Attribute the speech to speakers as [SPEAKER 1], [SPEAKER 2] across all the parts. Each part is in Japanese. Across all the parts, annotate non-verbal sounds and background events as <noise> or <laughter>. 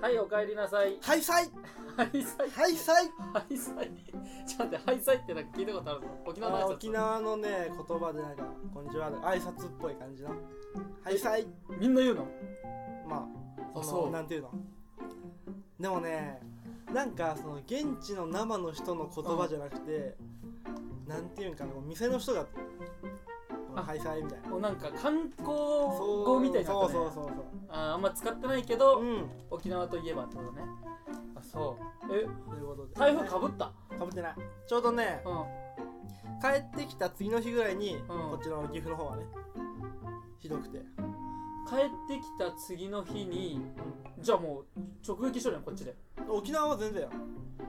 [SPEAKER 1] はい、おかえりなさい。
[SPEAKER 2] ハイサイ
[SPEAKER 1] はい、さい。
[SPEAKER 2] ハイサイ
[SPEAKER 1] はい、さい。ちょっと待って、はい、さいってなんか聞いたことあるぞ。沖縄の
[SPEAKER 2] あ
[SPEAKER 1] 挨
[SPEAKER 2] ー
[SPEAKER 1] 拶。
[SPEAKER 2] 沖縄のね言葉でなんか「こんにちは」挨拶っぽい感じのハイサイ
[SPEAKER 1] みんな言うの
[SPEAKER 2] まあ
[SPEAKER 1] あ
[SPEAKER 2] そ
[SPEAKER 1] そ
[SPEAKER 2] の
[SPEAKER 1] う
[SPEAKER 2] なんていうのでもねなんかその現地の生の人の言葉じゃなくて、なんていうんかな店の人が「
[SPEAKER 1] あ
[SPEAKER 2] ハイサイ」みたいな
[SPEAKER 1] もうなんか観光語みたいになったね。
[SPEAKER 2] そうそうそうそう
[SPEAKER 1] あーあんま使ってないけ
[SPEAKER 2] う
[SPEAKER 1] ど、
[SPEAKER 2] ん
[SPEAKER 1] 沖縄といえばってことね。あ、そう。え、
[SPEAKER 2] ということで
[SPEAKER 1] 台風かぶった。
[SPEAKER 2] かぶってないちょうどね
[SPEAKER 1] うん。
[SPEAKER 2] 帰ってきた次の日ぐらいに、こっちの岐阜の方はねひどくて
[SPEAKER 1] 帰ってきた次の日に、じゃあもう直撃しとるやん、こっちで。
[SPEAKER 2] 沖縄は全然よ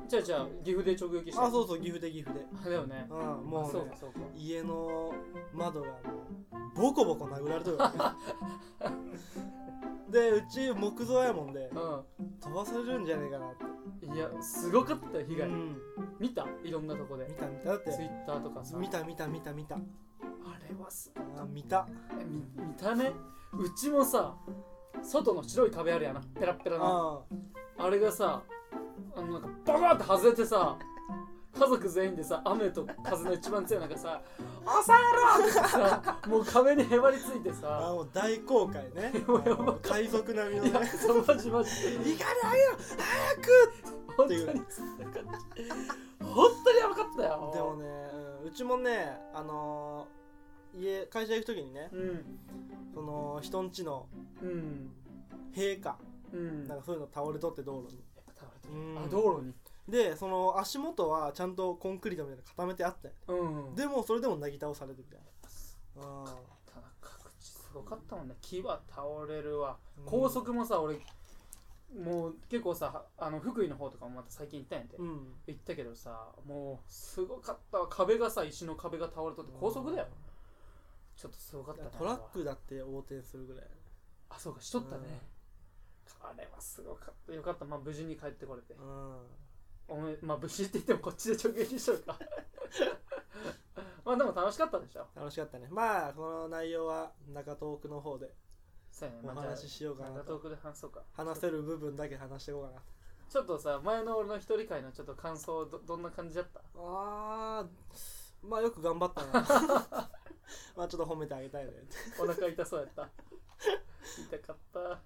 [SPEAKER 1] じゃあじゃあ、岐阜で直撃して。
[SPEAKER 2] あそうそう岐阜で岐阜で
[SPEAKER 1] あだよね。
[SPEAKER 2] うん
[SPEAKER 1] あ
[SPEAKER 2] もう,、
[SPEAKER 1] そ
[SPEAKER 2] ね
[SPEAKER 1] うか、そうか。
[SPEAKER 2] 家の窓がもうボコボコ殴られてるわ <laughs> けでうち木造やもんで飛ばされるんじゃねえかなって
[SPEAKER 1] うん。いや、すごかったよ、被害。
[SPEAKER 2] うん、
[SPEAKER 1] 見たいろんなとこで
[SPEAKER 2] 見。た見ただっ
[SPEAKER 1] ツイ
[SPEAKER 2] て
[SPEAKER 1] ッターとかさ。
[SPEAKER 2] 見た見た見た見た
[SPEAKER 1] あれはす
[SPEAKER 2] あ見た
[SPEAKER 1] えみ見たねうちもさ外の白い壁あるやなペラッペラなあ
[SPEAKER 2] あ
[SPEAKER 1] れがさあのなんかバカって外れてさ家族全員でさ雨と風の一番強い中さ「抑えろ!」ってさもう壁にへばりついて
[SPEAKER 2] あ
[SPEAKER 1] さ
[SPEAKER 2] もう大公開ね <laughs>
[SPEAKER 1] もうやばかった
[SPEAKER 2] 海賊並みの
[SPEAKER 1] いや
[SPEAKER 2] ね
[SPEAKER 1] そうマジマジ
[SPEAKER 2] 「いかない
[SPEAKER 1] 本当に本当にやばかったよ
[SPEAKER 2] でもね、うんうちもねあのー家会社行く時にね
[SPEAKER 1] うん
[SPEAKER 2] その人んちの
[SPEAKER 1] うん
[SPEAKER 2] 塀か
[SPEAKER 1] うん
[SPEAKER 2] なんかそういうの倒れとって道路に
[SPEAKER 1] やっぱ倒れてる
[SPEAKER 2] うん
[SPEAKER 1] あ道路に
[SPEAKER 2] でその足元はちゃんとコンクリートみたいなの固めてあったよ
[SPEAKER 1] うん
[SPEAKER 2] でもそれでもなぎ倒されてみたいなあ
[SPEAKER 1] ただ各地すごかったもんね木は倒れるわ高速もさ俺もう結構さあの福井の方とかもまた最近行ったんやて、
[SPEAKER 2] うん
[SPEAKER 1] 行ったけどさもうすごかったわ壁がさ石の壁が倒れとって高速だよ、ちょっとすごかったな
[SPEAKER 2] トラックだって横転するぐらい
[SPEAKER 1] あそうかしとったね、あれはすごかったよかったまあ無事に帰ってこれて
[SPEAKER 2] うん
[SPEAKER 1] おめまあ無事って言ってもこっちで直撃しとる
[SPEAKER 2] <laughs>
[SPEAKER 1] かまあでも楽しかったでしょ
[SPEAKER 2] 楽しかったねまあこの内容は中東区の方で
[SPEAKER 1] そうやね
[SPEAKER 2] お
[SPEAKER 1] まあじゃあ
[SPEAKER 2] 話ししようかな
[SPEAKER 1] 中
[SPEAKER 2] と
[SPEAKER 1] 東区で話そうか
[SPEAKER 2] 話せる部分だけ話していこうかな
[SPEAKER 1] ちょっとさ前の俺の一人会のちょっと感想どどんな感じだった
[SPEAKER 2] あー <laughs> まあよく頑張ったなまあちょっと褒めてあげたいね
[SPEAKER 1] お腹痛そうやった痛かった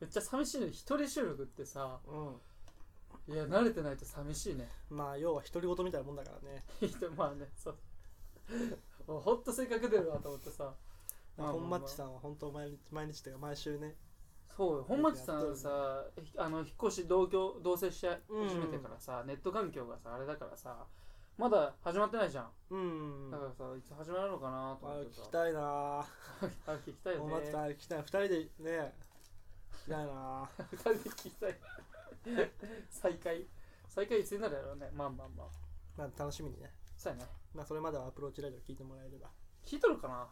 [SPEAKER 1] めっちゃ寂しいね一人収録ってさ
[SPEAKER 2] う
[SPEAKER 1] いや慣れてないと寂しいね <laughs>
[SPEAKER 2] んまあ要は独り言みたいなもんだからね
[SPEAKER 1] 人まあねそうもうほんと性格出るわと思ってさまあまあまあ
[SPEAKER 2] 本マッチさんは本当毎日毎日というか毎週ね
[SPEAKER 1] そうよ本町さんさあの引っ越し同居同棲し始めてからさ、ネット環境がさあれだからさまだ始まってないじゃん、
[SPEAKER 2] うん
[SPEAKER 1] だからさいつ始まるのかなと
[SPEAKER 2] あ
[SPEAKER 1] 思って
[SPEAKER 2] 聞
[SPEAKER 1] さ
[SPEAKER 2] きたいな
[SPEAKER 1] あ聞きたいよ
[SPEAKER 2] お
[SPEAKER 1] ね
[SPEAKER 2] 待ちさん聞きたい二人でね聞きたいな
[SPEAKER 1] 二 <laughs> 人で聞きたい再会再会いつになるやろうねまあまあまあ
[SPEAKER 2] まあ楽しみにね
[SPEAKER 1] そうやね
[SPEAKER 2] まあそれまではアプローチラジオ聞いてもらえればっ
[SPEAKER 1] 聞いとるかな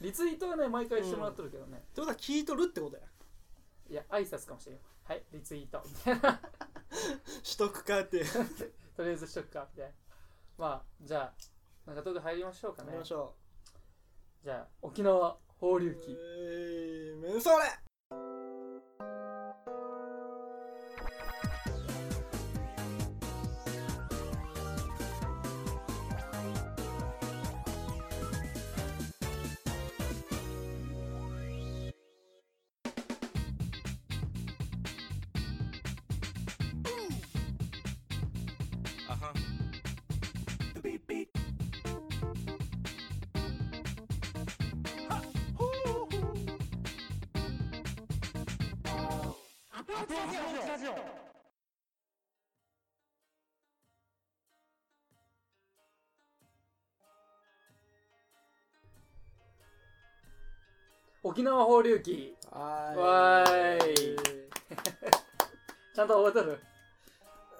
[SPEAKER 1] リツイートはね毎回してもらっとるけどね、
[SPEAKER 2] てことは聞いとるってことや
[SPEAKER 1] いや挨拶かもしれんよはいリツイート <laughs>
[SPEAKER 2] しとくかってや
[SPEAKER 1] とりあえずしとくかみたいなまあじゃあ中東区入りましょうかね
[SPEAKER 2] りましょ
[SPEAKER 1] じゃあ沖縄放
[SPEAKER 2] う
[SPEAKER 1] 流記
[SPEAKER 2] えーメンソーレ
[SPEAKER 1] 沖縄放流記
[SPEAKER 2] は
[SPEAKER 1] わーいちゃんと覚えとる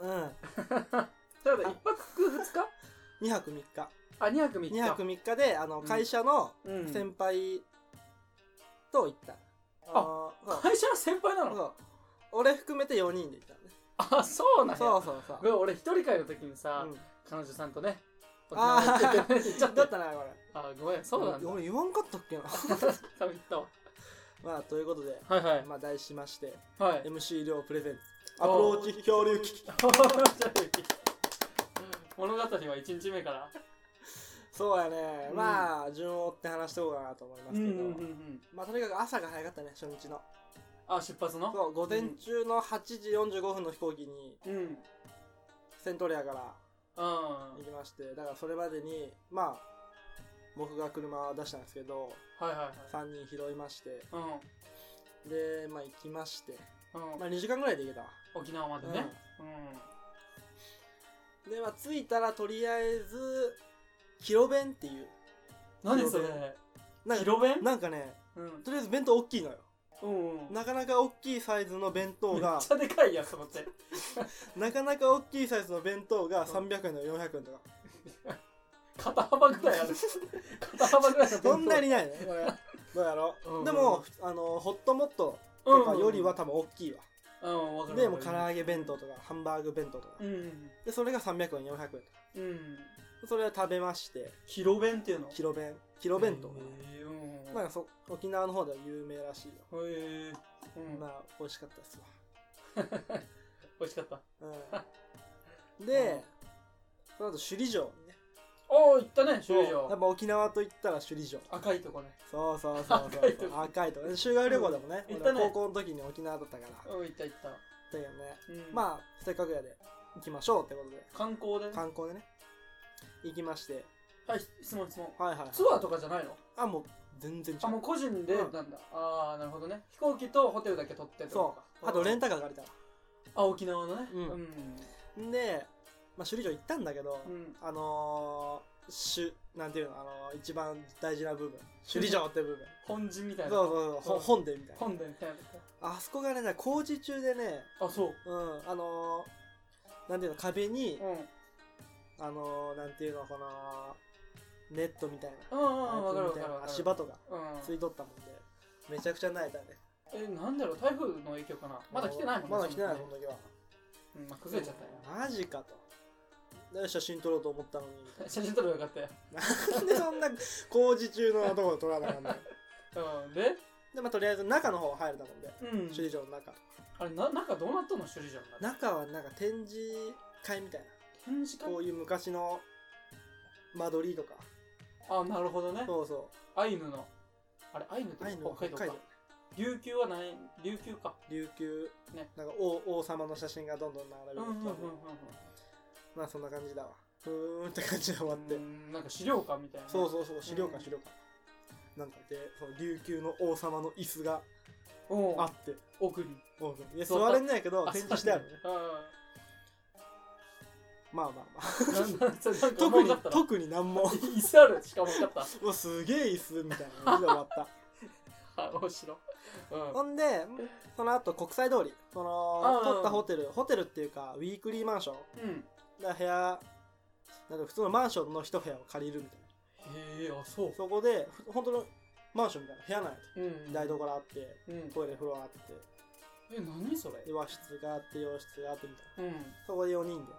[SPEAKER 2] うん
[SPEAKER 1] ちょっと一泊二日
[SPEAKER 2] 2泊3日
[SPEAKER 1] あ二泊三日
[SPEAKER 2] 2泊3日であの
[SPEAKER 1] うん
[SPEAKER 2] 会社の
[SPEAKER 1] うん
[SPEAKER 2] 先輩と行った、あの
[SPEAKER 1] 会社の先輩な
[SPEAKER 2] そう
[SPEAKER 1] の
[SPEAKER 2] そう俺含めて4人で行ったね
[SPEAKER 1] あそうなんや
[SPEAKER 2] そうそうそう
[SPEAKER 1] ごめん俺一人会の時にさ、
[SPEAKER 2] うん
[SPEAKER 1] 彼女さんとね
[SPEAKER 2] あー
[SPEAKER 1] 沖縄行っててね言っちゃっ
[SPEAKER 2] だ
[SPEAKER 1] た
[SPEAKER 2] ったなこれ
[SPEAKER 1] あごめんそうなんだ
[SPEAKER 2] 俺言わんかったっけな
[SPEAKER 1] 多
[SPEAKER 2] <laughs>
[SPEAKER 1] 分言ったわ
[SPEAKER 2] まあということで
[SPEAKER 1] はいはい
[SPEAKER 2] まあ題しまして
[SPEAKER 1] はい
[SPEAKER 2] MC 量プレゼンツアプローチ漂流危機
[SPEAKER 1] <laughs> 物語は一日目から
[SPEAKER 2] そうやね、
[SPEAKER 1] うん
[SPEAKER 2] まあ順を追って話しておこうかなと思いますけど、
[SPEAKER 1] ん
[SPEAKER 2] まあとにかく朝が早かったね初日の
[SPEAKER 1] あ出発の
[SPEAKER 2] そう午前中の8時45分の飛行機に
[SPEAKER 1] うんうん
[SPEAKER 2] セントレアから
[SPEAKER 1] は
[SPEAKER 2] 行きましてだからそれまでにまあ僕が車を出したんですけど
[SPEAKER 1] いはいはい
[SPEAKER 2] 3人拾いまして
[SPEAKER 1] う
[SPEAKER 2] でまあ行きまして
[SPEAKER 1] んうん
[SPEAKER 2] まあ2時間ぐらいで行けたわ
[SPEAKER 1] 沖縄までねうん
[SPEAKER 2] でまあ着いたらとりあえずキロ弁っていう
[SPEAKER 1] 何そ
[SPEAKER 2] 広弁
[SPEAKER 1] れ
[SPEAKER 2] なんか
[SPEAKER 1] 広弁
[SPEAKER 2] なんかね
[SPEAKER 1] うん
[SPEAKER 2] とりあえず弁当大きいのよ
[SPEAKER 1] うんうんめっ
[SPEAKER 2] なかなか大きいサイズの弁当
[SPEAKER 1] <laughs>
[SPEAKER 2] が
[SPEAKER 1] ちゃでかいやつと思って
[SPEAKER 2] なかなか大きいサイズの弁当が300円とか400円とか
[SPEAKER 1] <laughs> 肩幅ぐらいある
[SPEAKER 2] <laughs>
[SPEAKER 1] 肩幅ぐらいの弁当
[SPEAKER 2] そんなにないねどうやろ
[SPEAKER 1] うんうん
[SPEAKER 2] でもあのホットモット
[SPEAKER 1] う
[SPEAKER 2] と
[SPEAKER 1] ん
[SPEAKER 2] かよりは多分大きいわ
[SPEAKER 1] うんわかる
[SPEAKER 2] で
[SPEAKER 1] わ
[SPEAKER 2] もう
[SPEAKER 1] か
[SPEAKER 2] 唐
[SPEAKER 1] る
[SPEAKER 2] 揚げ弁当とかハンバーグ弁当とか
[SPEAKER 1] うん
[SPEAKER 2] でそれが300円400円とか
[SPEAKER 1] うん
[SPEAKER 2] それは食べまして
[SPEAKER 1] 広弁っていうの
[SPEAKER 2] キロ弁キロ弁当
[SPEAKER 1] へえうん
[SPEAKER 2] なんかそ沖縄の方では有名らしいよ
[SPEAKER 1] へえうん
[SPEAKER 2] まあ美味しかったです
[SPEAKER 1] 美味しかった
[SPEAKER 2] わうんでその後首里城にね
[SPEAKER 1] おお行ったね
[SPEAKER 2] そ
[SPEAKER 1] 終
[SPEAKER 2] うやっ
[SPEAKER 1] 了
[SPEAKER 2] ぱ沖縄といったら首里城
[SPEAKER 1] 赤いとこね
[SPEAKER 2] そうそうそうそう
[SPEAKER 1] 赤いとこ
[SPEAKER 2] 赤いとこ修学旅行でもね,、
[SPEAKER 1] うん行ったね
[SPEAKER 2] 高校の時に沖縄だったからだ
[SPEAKER 1] うん行った行った
[SPEAKER 2] けどね
[SPEAKER 1] うん
[SPEAKER 2] まあせっかくやで行きましょうってことで
[SPEAKER 1] 観光でね
[SPEAKER 2] 観光でね行きまして
[SPEAKER 1] はい質問質問
[SPEAKER 2] はいはい
[SPEAKER 1] ツアーとかじゃないの
[SPEAKER 2] あもう全然違
[SPEAKER 1] あも
[SPEAKER 2] う
[SPEAKER 1] う個人で
[SPEAKER 2] うん
[SPEAKER 1] なんだああなるほどね飛行機とホテルだけ取ってってことか
[SPEAKER 2] あとレン
[SPEAKER 1] ン
[SPEAKER 2] タカー借りたわ
[SPEAKER 1] あ沖縄のね
[SPEAKER 2] うんんで、まあ、首里城行ったんだけど、
[SPEAKER 1] うん
[SPEAKER 2] あのー、しゅなんていうの、あのー、一番大事な部分首里城って部分
[SPEAKER 1] 本陣みたい
[SPEAKER 2] そう
[SPEAKER 1] な
[SPEAKER 2] そうそう、
[SPEAKER 1] うん
[SPEAKER 2] ほ本殿みたいな
[SPEAKER 1] 本殿みたい
[SPEAKER 2] あそこがね工事中でね
[SPEAKER 1] なあそう
[SPEAKER 2] うんあのー、なんていうの壁に
[SPEAKER 1] うんうん
[SPEAKER 2] あのー、なんていうのこのネットみたいな
[SPEAKER 1] うんわかるわか
[SPEAKER 2] みた
[SPEAKER 1] る
[SPEAKER 2] い
[SPEAKER 1] わか
[SPEAKER 2] な
[SPEAKER 1] る
[SPEAKER 2] 足場とか
[SPEAKER 1] うん
[SPEAKER 2] ついとったもんでめちゃくちゃ泣いたね
[SPEAKER 1] えなんだろう台風の影響かなまだ来てないもんね
[SPEAKER 2] まだ来てない
[SPEAKER 1] そ
[SPEAKER 2] こ
[SPEAKER 1] の
[SPEAKER 2] の時は
[SPEAKER 1] 時うんまあ崩れちゃったよ <laughs>
[SPEAKER 2] マジかとで写真撮ろうと思ったのに
[SPEAKER 1] 写真撮ればよかったよ
[SPEAKER 2] なんでそんな工事中のところ撮らなあかん
[SPEAKER 1] <laughs>
[SPEAKER 2] の
[SPEAKER 1] うんで
[SPEAKER 2] でまあとりあえず中の方入れたもんで
[SPEAKER 1] うん
[SPEAKER 2] 首里城の中
[SPEAKER 1] あれな中どうなったの首里城の中
[SPEAKER 2] 中はなんか展示会みたい
[SPEAKER 1] 展示
[SPEAKER 2] なこ
[SPEAKER 1] 会
[SPEAKER 2] ういう昔の間取りとか
[SPEAKER 1] あなるほどね
[SPEAKER 2] そうそ
[SPEAKER 1] アイヌのあれアイヌっ
[SPEAKER 2] う
[SPEAKER 1] て
[SPEAKER 2] アイヌの
[SPEAKER 1] 北
[SPEAKER 2] 北
[SPEAKER 1] 海道
[SPEAKER 2] 海
[SPEAKER 1] か
[SPEAKER 2] 道
[SPEAKER 1] 琉球はない琉球か
[SPEAKER 2] 琉球、
[SPEAKER 1] ね
[SPEAKER 2] なんか王王様の写真がどんどん並
[SPEAKER 1] う
[SPEAKER 2] べ
[SPEAKER 1] ん
[SPEAKER 2] て
[SPEAKER 1] うんうんうん
[SPEAKER 2] き
[SPEAKER 1] う
[SPEAKER 2] た
[SPEAKER 1] ん
[SPEAKER 2] まあそんな感じだわふーんって感じで終わって、
[SPEAKER 1] うんなんか資料館みたいなね
[SPEAKER 2] そうそうそう資料
[SPEAKER 1] うん
[SPEAKER 2] 館資料館、なんかでその琉球の王様の椅子が
[SPEAKER 1] うん
[SPEAKER 2] あって、
[SPEAKER 1] 奥に
[SPEAKER 2] おういや
[SPEAKER 1] 座っ
[SPEAKER 2] 座
[SPEAKER 1] た
[SPEAKER 2] れんないけど展示してあるね <laughs>
[SPEAKER 1] う
[SPEAKER 2] まあまあまあ
[SPEAKER 1] んなんだそれなんか
[SPEAKER 2] 特
[SPEAKER 1] 思い
[SPEAKER 2] に
[SPEAKER 1] かったの
[SPEAKER 2] 特になんも <laughs>
[SPEAKER 1] 椅子あるしかも分かった
[SPEAKER 2] うわすげえ椅子みたいな感じで終わった
[SPEAKER 1] <laughs> あ面白いうん
[SPEAKER 2] ほんでその後国際通りそ
[SPEAKER 1] あ
[SPEAKER 2] の
[SPEAKER 1] あ
[SPEAKER 2] 取ったホテルホテルっていうかウィークリーマンション
[SPEAKER 1] うん
[SPEAKER 2] だから部屋なんか普通のマンションの一部屋を借りるみたい
[SPEAKER 1] へえあそう
[SPEAKER 2] なそこでふ本当のマンションみたいな部屋なんや
[SPEAKER 1] うん
[SPEAKER 2] 台所あって
[SPEAKER 1] うん
[SPEAKER 2] トイレ風呂あって
[SPEAKER 1] え何それ
[SPEAKER 2] で和室があって洋室があってみたいな
[SPEAKER 1] うん
[SPEAKER 2] そこで4人で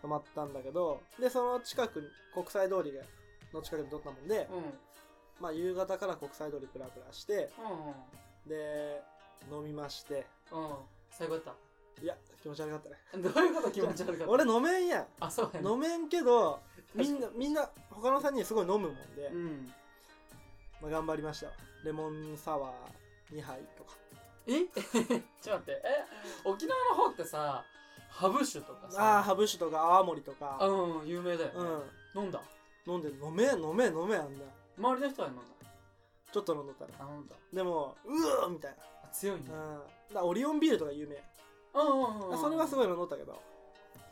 [SPEAKER 2] 泊まったんだけどでその近くに国際通りがの近くに撮ったもんで、
[SPEAKER 1] うんうん
[SPEAKER 2] まあ、夕方から国際通りプラプラしてで飲みまして
[SPEAKER 1] うんうん最後やった
[SPEAKER 2] いや気持ち悪かったね
[SPEAKER 1] どういうこと気持ち悪かった
[SPEAKER 2] 俺飲めんや
[SPEAKER 1] あそうや
[SPEAKER 2] ん
[SPEAKER 1] ね
[SPEAKER 2] 飲めんけどみんなみんな他の3人すごい飲むもんで
[SPEAKER 1] う、ん
[SPEAKER 2] まあ、頑張りましたわレモンサワー2杯とか
[SPEAKER 1] え <laughs> ちょっと待ってえ沖縄の方ってさハブ酒とか
[SPEAKER 2] ああー
[SPEAKER 1] さ
[SPEAKER 2] ハブ酒とか泡盛とか
[SPEAKER 1] うん有名だよ、ね
[SPEAKER 2] うん
[SPEAKER 1] 飲んだ
[SPEAKER 2] 飲んで飲め飲め飲めあんな
[SPEAKER 1] 周りの人は飲んだ
[SPEAKER 2] ちょっと飲んどったね
[SPEAKER 1] あ飲んだ
[SPEAKER 2] でもうーみたいな
[SPEAKER 1] あ強いね
[SPEAKER 2] うん、だからオリオンビールとか有名、
[SPEAKER 1] うんうんうんうん
[SPEAKER 2] それはすごい飲んだけど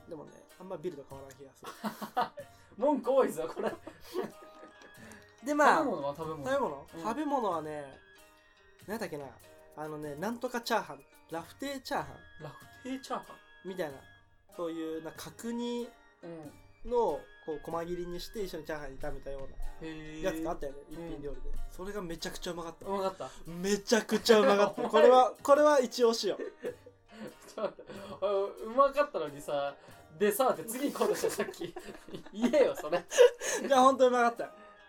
[SPEAKER 2] でもねあんまビールと変わらない気がす
[SPEAKER 1] 文句多いぞこれ、
[SPEAKER 2] るでまあ
[SPEAKER 1] 食べ物は食べ
[SPEAKER 2] 食べ
[SPEAKER 1] 物
[SPEAKER 2] 物、
[SPEAKER 1] うん
[SPEAKER 2] 食べ物はね何だっけなあのねなんとかチャーハンラフテーチャーハン
[SPEAKER 1] ラフテーチャーハ
[SPEAKER 2] みたいなそういうなんか角煮
[SPEAKER 1] ンうん
[SPEAKER 2] のこう細切りにして一緒にチャーハンに炒めたよう
[SPEAKER 1] へえ
[SPEAKER 2] なやつがあったよね、
[SPEAKER 1] え
[SPEAKER 2] 一
[SPEAKER 1] ー
[SPEAKER 2] 品料理で、それがめちゃくちゃうまかった、
[SPEAKER 1] 分かった
[SPEAKER 2] めちゃくちゃうまかっ
[SPEAKER 1] お
[SPEAKER 2] た
[SPEAKER 1] 前
[SPEAKER 2] これはこれは一押しよ
[SPEAKER 1] ちょっと待ってあうまかったのにさでさって次行こうと
[SPEAKER 2] <laughs>
[SPEAKER 1] したさっき言えよそれ
[SPEAKER 2] いや本当うまかった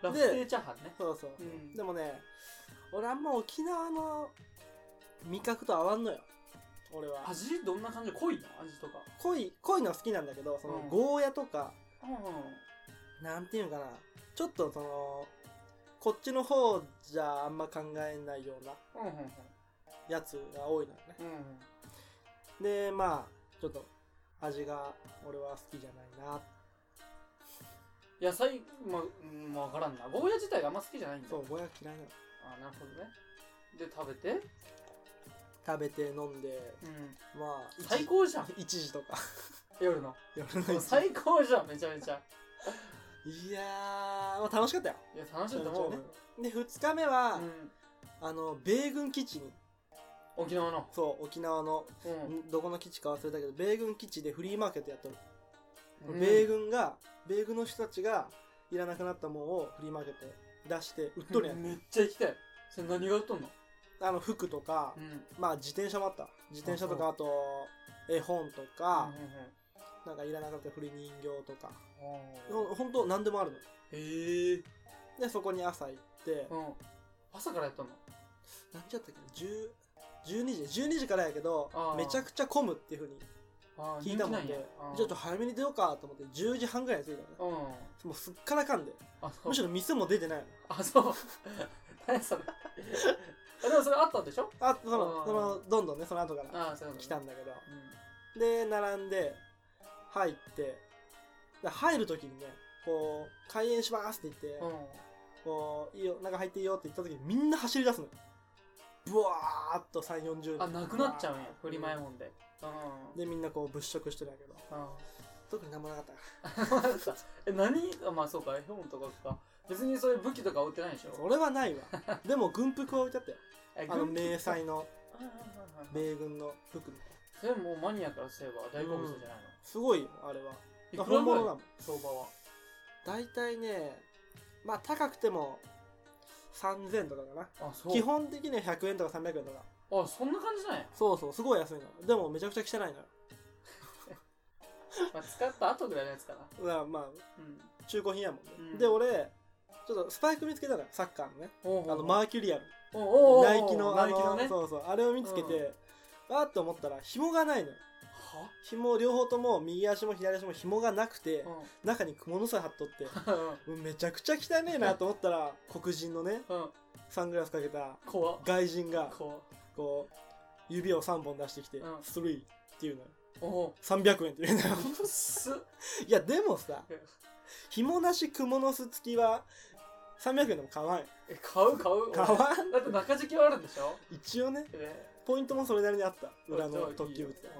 [SPEAKER 1] ラフテーチャーハンね
[SPEAKER 2] そうそう、
[SPEAKER 1] うん
[SPEAKER 2] でもね俺あんま沖縄の味覚と合わんのよ俺は
[SPEAKER 1] 味どんな感じ濃いの味とか
[SPEAKER 2] 濃い濃いのは好きなんだけどその
[SPEAKER 1] うん
[SPEAKER 2] ゴーヤとか、
[SPEAKER 1] うんうん
[SPEAKER 2] なんていうのかなちょっとそのこっちの方じゃあんま考えないような
[SPEAKER 1] うんうん
[SPEAKER 2] やつが多いのよね
[SPEAKER 1] うんうん
[SPEAKER 2] でまあちょっと味が俺は好きじゃないな
[SPEAKER 1] 野菜まあうん分からんなゴーヤ自体があんま好きじゃないんだ
[SPEAKER 2] そうゴーヤ嫌いなの
[SPEAKER 1] あなるほどねで食べて
[SPEAKER 2] 食べて飲んで
[SPEAKER 1] うん
[SPEAKER 2] まあ
[SPEAKER 1] 最高じゃん
[SPEAKER 2] 1時とか
[SPEAKER 1] <laughs> 夜の
[SPEAKER 2] 夜の1
[SPEAKER 1] 最高じゃんめちゃめちゃ
[SPEAKER 2] 時いやー、まあ、楽しかったよ
[SPEAKER 1] いや楽しいと思う、
[SPEAKER 2] そうで2日目は、
[SPEAKER 1] うん
[SPEAKER 2] あの米軍基地に
[SPEAKER 1] 沖縄の
[SPEAKER 2] そう沖縄の、
[SPEAKER 1] うん
[SPEAKER 2] どこの基地か忘れたけど米軍基地でフリーマーケットやってる、
[SPEAKER 1] うん
[SPEAKER 2] 米軍が米軍の人たちがいらなくなったものをフリーマーケットで出して売っとるやん、
[SPEAKER 1] めっちゃ行きたいそれ何が売っとんの
[SPEAKER 2] あの服とか、
[SPEAKER 1] うんうん
[SPEAKER 2] まあ自転車もあった自転車とかあと絵本と
[SPEAKER 1] あ
[SPEAKER 2] か、なんかいらなくなった古い人形とかほ
[SPEAKER 1] うん
[SPEAKER 2] ほんと何でもあるの
[SPEAKER 1] へえ
[SPEAKER 2] でそこに朝行って、
[SPEAKER 1] うん朝からやったの
[SPEAKER 2] 何時やったっけ10 12時12時からやけど
[SPEAKER 1] あー
[SPEAKER 2] めちゃくちゃ混むっていうふうに
[SPEAKER 1] あー
[SPEAKER 2] 聞いたもん
[SPEAKER 1] 人気
[SPEAKER 2] で
[SPEAKER 1] なやあー
[SPEAKER 2] じゃあちょっと早めに出ようかと思って10時半ぐらいに着いたのね
[SPEAKER 1] うん
[SPEAKER 2] もうすっからかんで
[SPEAKER 1] あそう
[SPEAKER 2] むしろ店も出てないの
[SPEAKER 1] あそう <laughs> 何それ <laughs> あでもそれあったんでしょ
[SPEAKER 2] あそ
[SPEAKER 1] あ
[SPEAKER 2] の
[SPEAKER 1] ー
[SPEAKER 2] そのどんどんねその後から
[SPEAKER 1] ああそういうこと
[SPEAKER 2] 来た
[SPEAKER 1] ね
[SPEAKER 2] んだけど
[SPEAKER 1] うん
[SPEAKER 2] で並んで入ってで入る時にねこう開園しますって言って、
[SPEAKER 1] うん
[SPEAKER 2] こういいよ中入っていいよって言った時にみんな走り出すのブワーっと3 4 0
[SPEAKER 1] あなくなっちゃうんや振り前もんでうん
[SPEAKER 2] でみんなこう物色してるんだけど
[SPEAKER 1] あ
[SPEAKER 2] 特になんもなかったか
[SPEAKER 1] ー <laughs> え何あまあそうか絵本とかか別にそういう武器とか売ってないでし
[SPEAKER 2] ら
[SPEAKER 1] ょ
[SPEAKER 2] それはないわでも軍服は置いてあったよ
[SPEAKER 1] え
[SPEAKER 2] あの
[SPEAKER 1] 軍
[SPEAKER 2] 迷彩の
[SPEAKER 1] はいはいはいはい
[SPEAKER 2] 米軍の服
[SPEAKER 1] それもうマニアからすれば大好物じゃないの
[SPEAKER 2] すごいよあれはい
[SPEAKER 1] くら
[SPEAKER 2] 本
[SPEAKER 1] ぐら
[SPEAKER 2] 物だ
[SPEAKER 1] い
[SPEAKER 2] もん
[SPEAKER 1] 相場は
[SPEAKER 2] 大体ねまあ高くても3000とかかな
[SPEAKER 1] あそう
[SPEAKER 2] 基本的には100円とか300円とか
[SPEAKER 1] あそんな感じなんや、
[SPEAKER 2] そうそうすごい安いのでもめちゃくちゃ汚いのよ
[SPEAKER 1] まあ、使った後ぐらいのやつかな
[SPEAKER 2] だからま
[SPEAKER 1] うん
[SPEAKER 2] あ中古品やもんね、
[SPEAKER 1] うん
[SPEAKER 2] で俺ちょっとスパイク見つけたのよサッカーのね
[SPEAKER 1] おうお
[SPEAKER 2] あ
[SPEAKER 1] う
[SPEAKER 2] のマーキュリアル
[SPEAKER 1] おうおうおう
[SPEAKER 2] ナイキのあ
[SPEAKER 1] ナイキの
[SPEAKER 2] の
[SPEAKER 1] ねは
[SPEAKER 2] そうそうあれを見つけてわーっと思ったら紐がないのよ紐両方とも右足も左足も紐がなくて
[SPEAKER 1] うん
[SPEAKER 2] 中に蜘蛛のさ貼っとって
[SPEAKER 1] うん
[SPEAKER 2] うんめちゃくちゃ汚ねえなと思ったら黒人のね
[SPEAKER 1] うん
[SPEAKER 2] サングラスかけた
[SPEAKER 1] 怖っ
[SPEAKER 2] 外人が
[SPEAKER 1] 怖っ
[SPEAKER 2] こう指を3本出してきて「
[SPEAKER 1] うん
[SPEAKER 2] 3」っていうのよ
[SPEAKER 1] おう
[SPEAKER 2] 300円って言う
[SPEAKER 1] <laughs>
[SPEAKER 2] のよ
[SPEAKER 1] うっす
[SPEAKER 2] いやでもさ紐なし蜘蛛の巣付きは300円でも買わんよ
[SPEAKER 1] え買う買う
[SPEAKER 2] 買わん
[SPEAKER 1] だって中敷きはあるんでしょ
[SPEAKER 2] 一応ね
[SPEAKER 1] え
[SPEAKER 2] ポイントもそれなりにあった裏
[SPEAKER 1] じゃあ
[SPEAKER 2] の特急物
[SPEAKER 1] いいよ